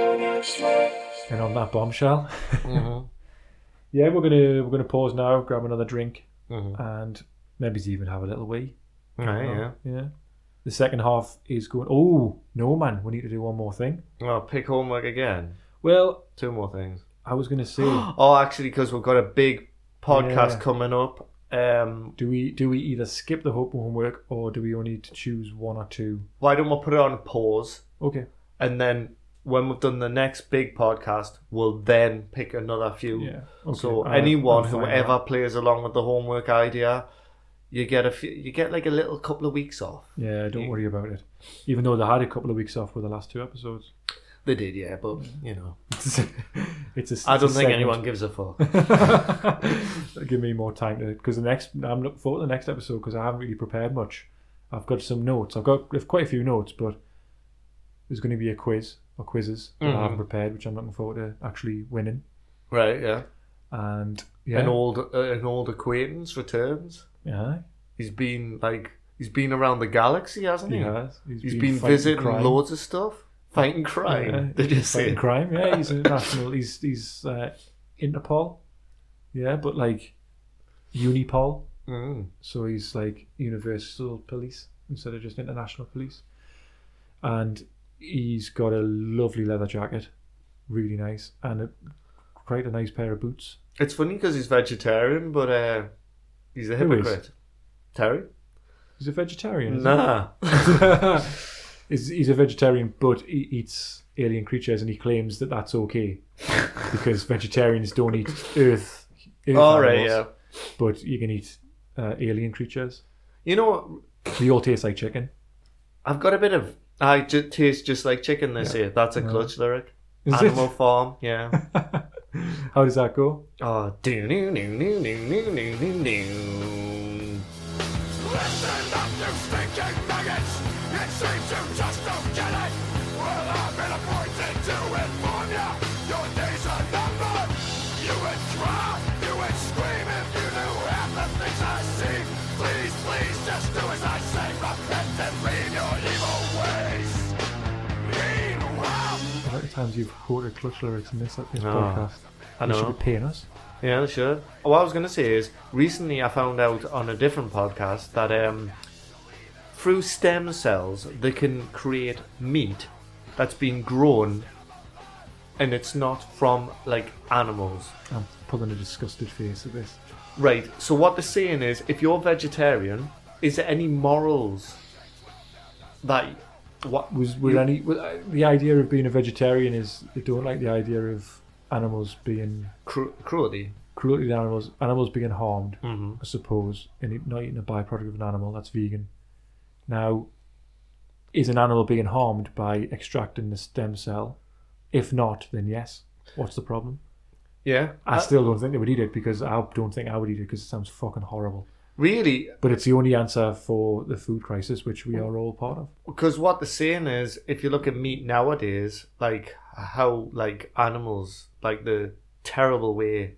B: And on that bombshell, Mm-hmm. yeah, we're gonna we're gonna pause now, grab another drink,
A: Mhm.
B: and maybe even have a little wee. Oh,
A: Right, yeah.
B: Mm-hmm. Yeah. The second half is going. Oh no, man! We need to do one more thing.
A: Well, pick homework again.
B: Well,
A: Two more things.
B: I was going to say,
A: Oh, actually, because we've got a big podcast
B: Yeah.
A: coming up. Um,
B: do we do we either skip the hope homework or do we only need to choose one or two?
A: why don't we put it on pause
B: Okay.
A: and then when we've done the next big podcast, we'll then pick another few.
B: Yeah. Okay.
A: So
B: I-
A: anyone,
B: I'm fine with
A: whoever
B: that.
A: plays along with the homework idea, you get a few, you get like a little couple of weeks off.
B: Yeah, don't worry about it. Even though they had a couple of weeks off with the last two episodes.
A: They did, yeah, but you know,
B: Mm-hmm. It's a.
A: I don't
B: it's a
A: think
B: segment.
A: anyone gives a fuck.
B: Give me more time to because the next I'm looking forward to the next episode because I haven't really prepared much. I've got some notes. I've got I've quite a few notes, but there's going to be a quiz or quizzes that I haven't
A: Mhm.
B: prepared, which I'm looking forward to actually winning.
A: right? Yeah.
B: And yeah,
A: An old uh, an old acquaintance returns.
B: yeah,
A: He's been like he's been around the galaxy, hasn't
B: he
A: he?
B: has.
A: He's been,
B: fighting
A: visiting
B: crime.
A: loads of stuff, fighting crime.
B: Yeah,
A: They just
B: fighting
A: say
B: crime. Yeah, he's international. he's he's uh, Interpol. Yeah, but like Unipol.
A: Mm.
B: So he's like universal police instead of just international police. And he's got a lovely leather jacket, really nice, and a, quite a nice pair of boots.
A: It's funny because he's vegetarian, but uh, he's a
B: Who is?
A: hypocrite. Terry?
B: He's a vegetarian. Isn't
A: Nah.
B: he? he's, he's a vegetarian, but he eats alien creatures, and he claims that that's okay because vegetarians don't eat Earth. earth
A: All right, yeah.
B: animals, But you can eat uh, alien creatures.
A: You know,
B: They all taste like chicken.
A: I've got a bit of. I ju- taste just like chicken this year. That's a clutch lyric.
B: Is it?
A: Animal Farm, yeah.
B: How does that go?
A: oh, do do do do do do do do do.
E: Listen up, you stinking maggots! It seems you just don't get it! Well, I've been appointed to inform you! Your days are numbered! You would cry, you would scream if you knew half the things I see! Please, please, just do as I say! Repent and leave your evil ways! Meanwhile,
B: How many times you've quoted clutch lyrics in this, this
A: No.
B: podcast?
A: Oh, I
B: You should
A: know.
B: be paying us.
A: Yeah, sure. What I was going to say is, recently I found out on a different podcast that um, through stem cells they can create meat that's been grown, and it's not from like animals.
B: I'm pulling a disgusted face at this.
A: Right. So what they're saying is, if you're vegetarian, is there any morals that what
B: Was would any would, uh, the idea of being a vegetarian is they don't like the idea of animals being
A: cru- cruelty?
B: cruelty to animals, animals being harmed. I suppose, and it- not eating a byproduct of an animal that's vegan. Now, is an animal being harmed by extracting the stem cell? If not, then yes. What's the problem?
A: Yeah. Uh,
B: I still don't think they would eat it because I don't think I would eat it because it sounds fucking horrible.
A: Really,
B: But it's the only answer for the food crisis, which we are all part of.
A: because what they're saying is if you look at meat nowadays like how like animals like the terrible way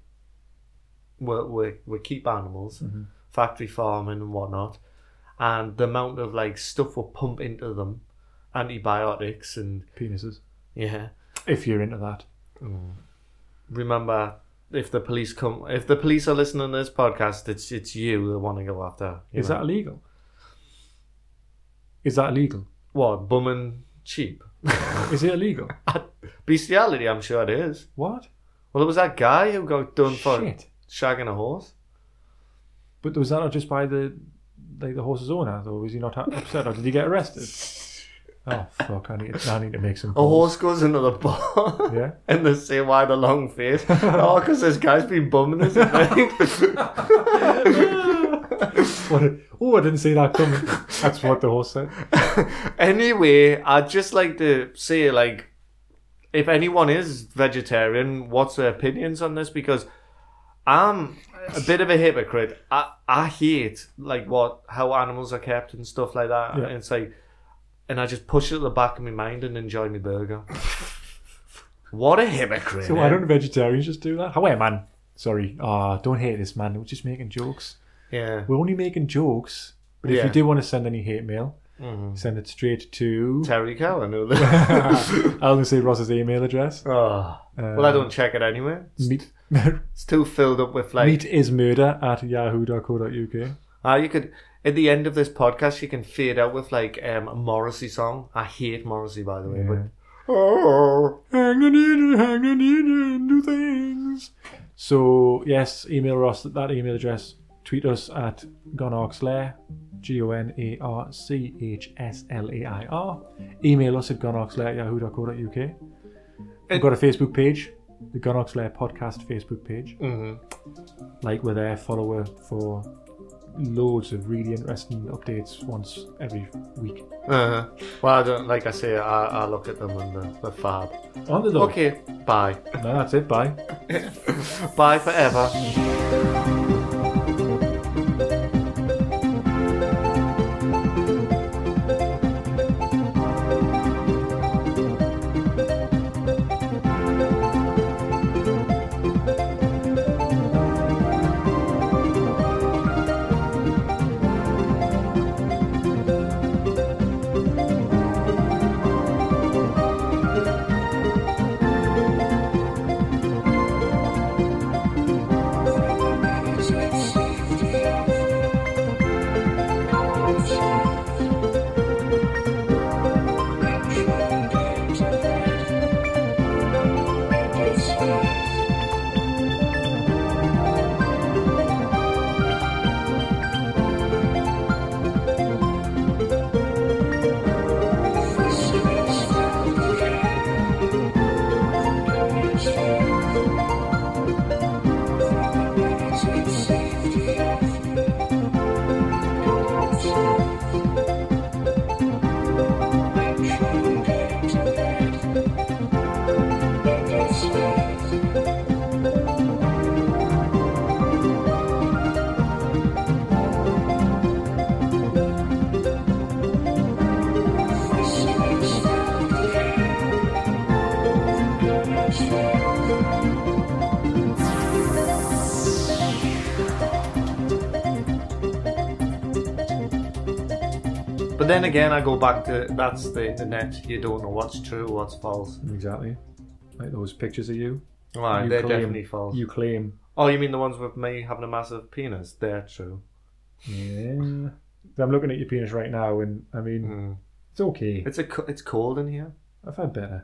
A: we, we, we keep animals
B: Mm-hmm.
A: factory farming and whatnot and the amount of like stuff we pump into them antibiotics and
B: Penises.
A: yeah
B: If you're into that.
A: remember if the police come if the police are listening to this podcast it's it's you they want to go after you
B: Is
A: know.
B: that illegal? Is that illegal?
A: what bumming cheap
B: Is it illegal?
A: bestiality i'm sure it is
B: what?
A: well it was that guy who got done for
B: Shit.
A: shagging a horse.
B: But was that not just by the like the horse's owner, or was he not ha- upset, or did he get arrested? Oh fuck! I need I need to make some.
A: A
B: calls.
A: horse goes into the bar.
B: Yeah.
A: and they say, why the long face? oh, because this guy's been bumming us at night.
B: What a- oh, I didn't see that coming. That's what the horse said.
A: anyway, I'd just like to say, like, if anyone is vegetarian, what's their opinions on this? Because I'm a bit of a hypocrite. I, I hate like what how animals are kept and stuff like that.
B: Yeah.
A: And it's like, and I just push it at the back of my mind and enjoy my burger. what a hypocrite!
B: So why don't vegetarians just do that? How am man? Sorry, ah, don't hate this man. We're just making jokes.
A: yeah,
B: We're only making jokes. But if
A: Yeah. Mm-hmm.
B: you do want to send any hate mail, send it straight to.
A: Terry Cowan. who the-
B: I'll only say Ross's email address.
A: oh. Well, I don't check it anyway.
B: Meat,
A: It's too filled up with like
B: meat is murder at yahoo.co.uk.
A: Ah, you could at the end of this podcast, you can fade out with like um, a Morrissey song. I hate Morrissey, by the way.
B: Yeah.
A: But oh,
B: Hanging in, hanging in, and do things. So yes, email Ross at that email address. Tweet us at Gonarchslair, G O N A R C H S L A I R. Email us at gonarchslair at yahoo.co.uk. We've got a Facebook page, the Gonarchslair Podcast Facebook page.
A: Mhm.
B: Like we're there, follow her for loads of really interesting updates once every week.
A: Uh-huh. Well, I don't, like I say, I, I look at them and uh, they're, they're fab.
B: On the dog.
A: Okay, bye.
B: No, that's it. Bye.
A: bye forever. But then again, I go back to that's the internet. You don't know what's true, what's false.
B: Exactly. Like those pictures of you.
A: Right,
B: you
A: Oh, they're
B: claim-
A: definitely false.
B: You claim.
A: Oh, you mean the ones with me having a massive penis? They're true.
B: Yeah. I'm looking at your penis right now, and I mean,
A: Mm.
B: it's okay.
A: It's a co- it's cold in here.
B: I've had better.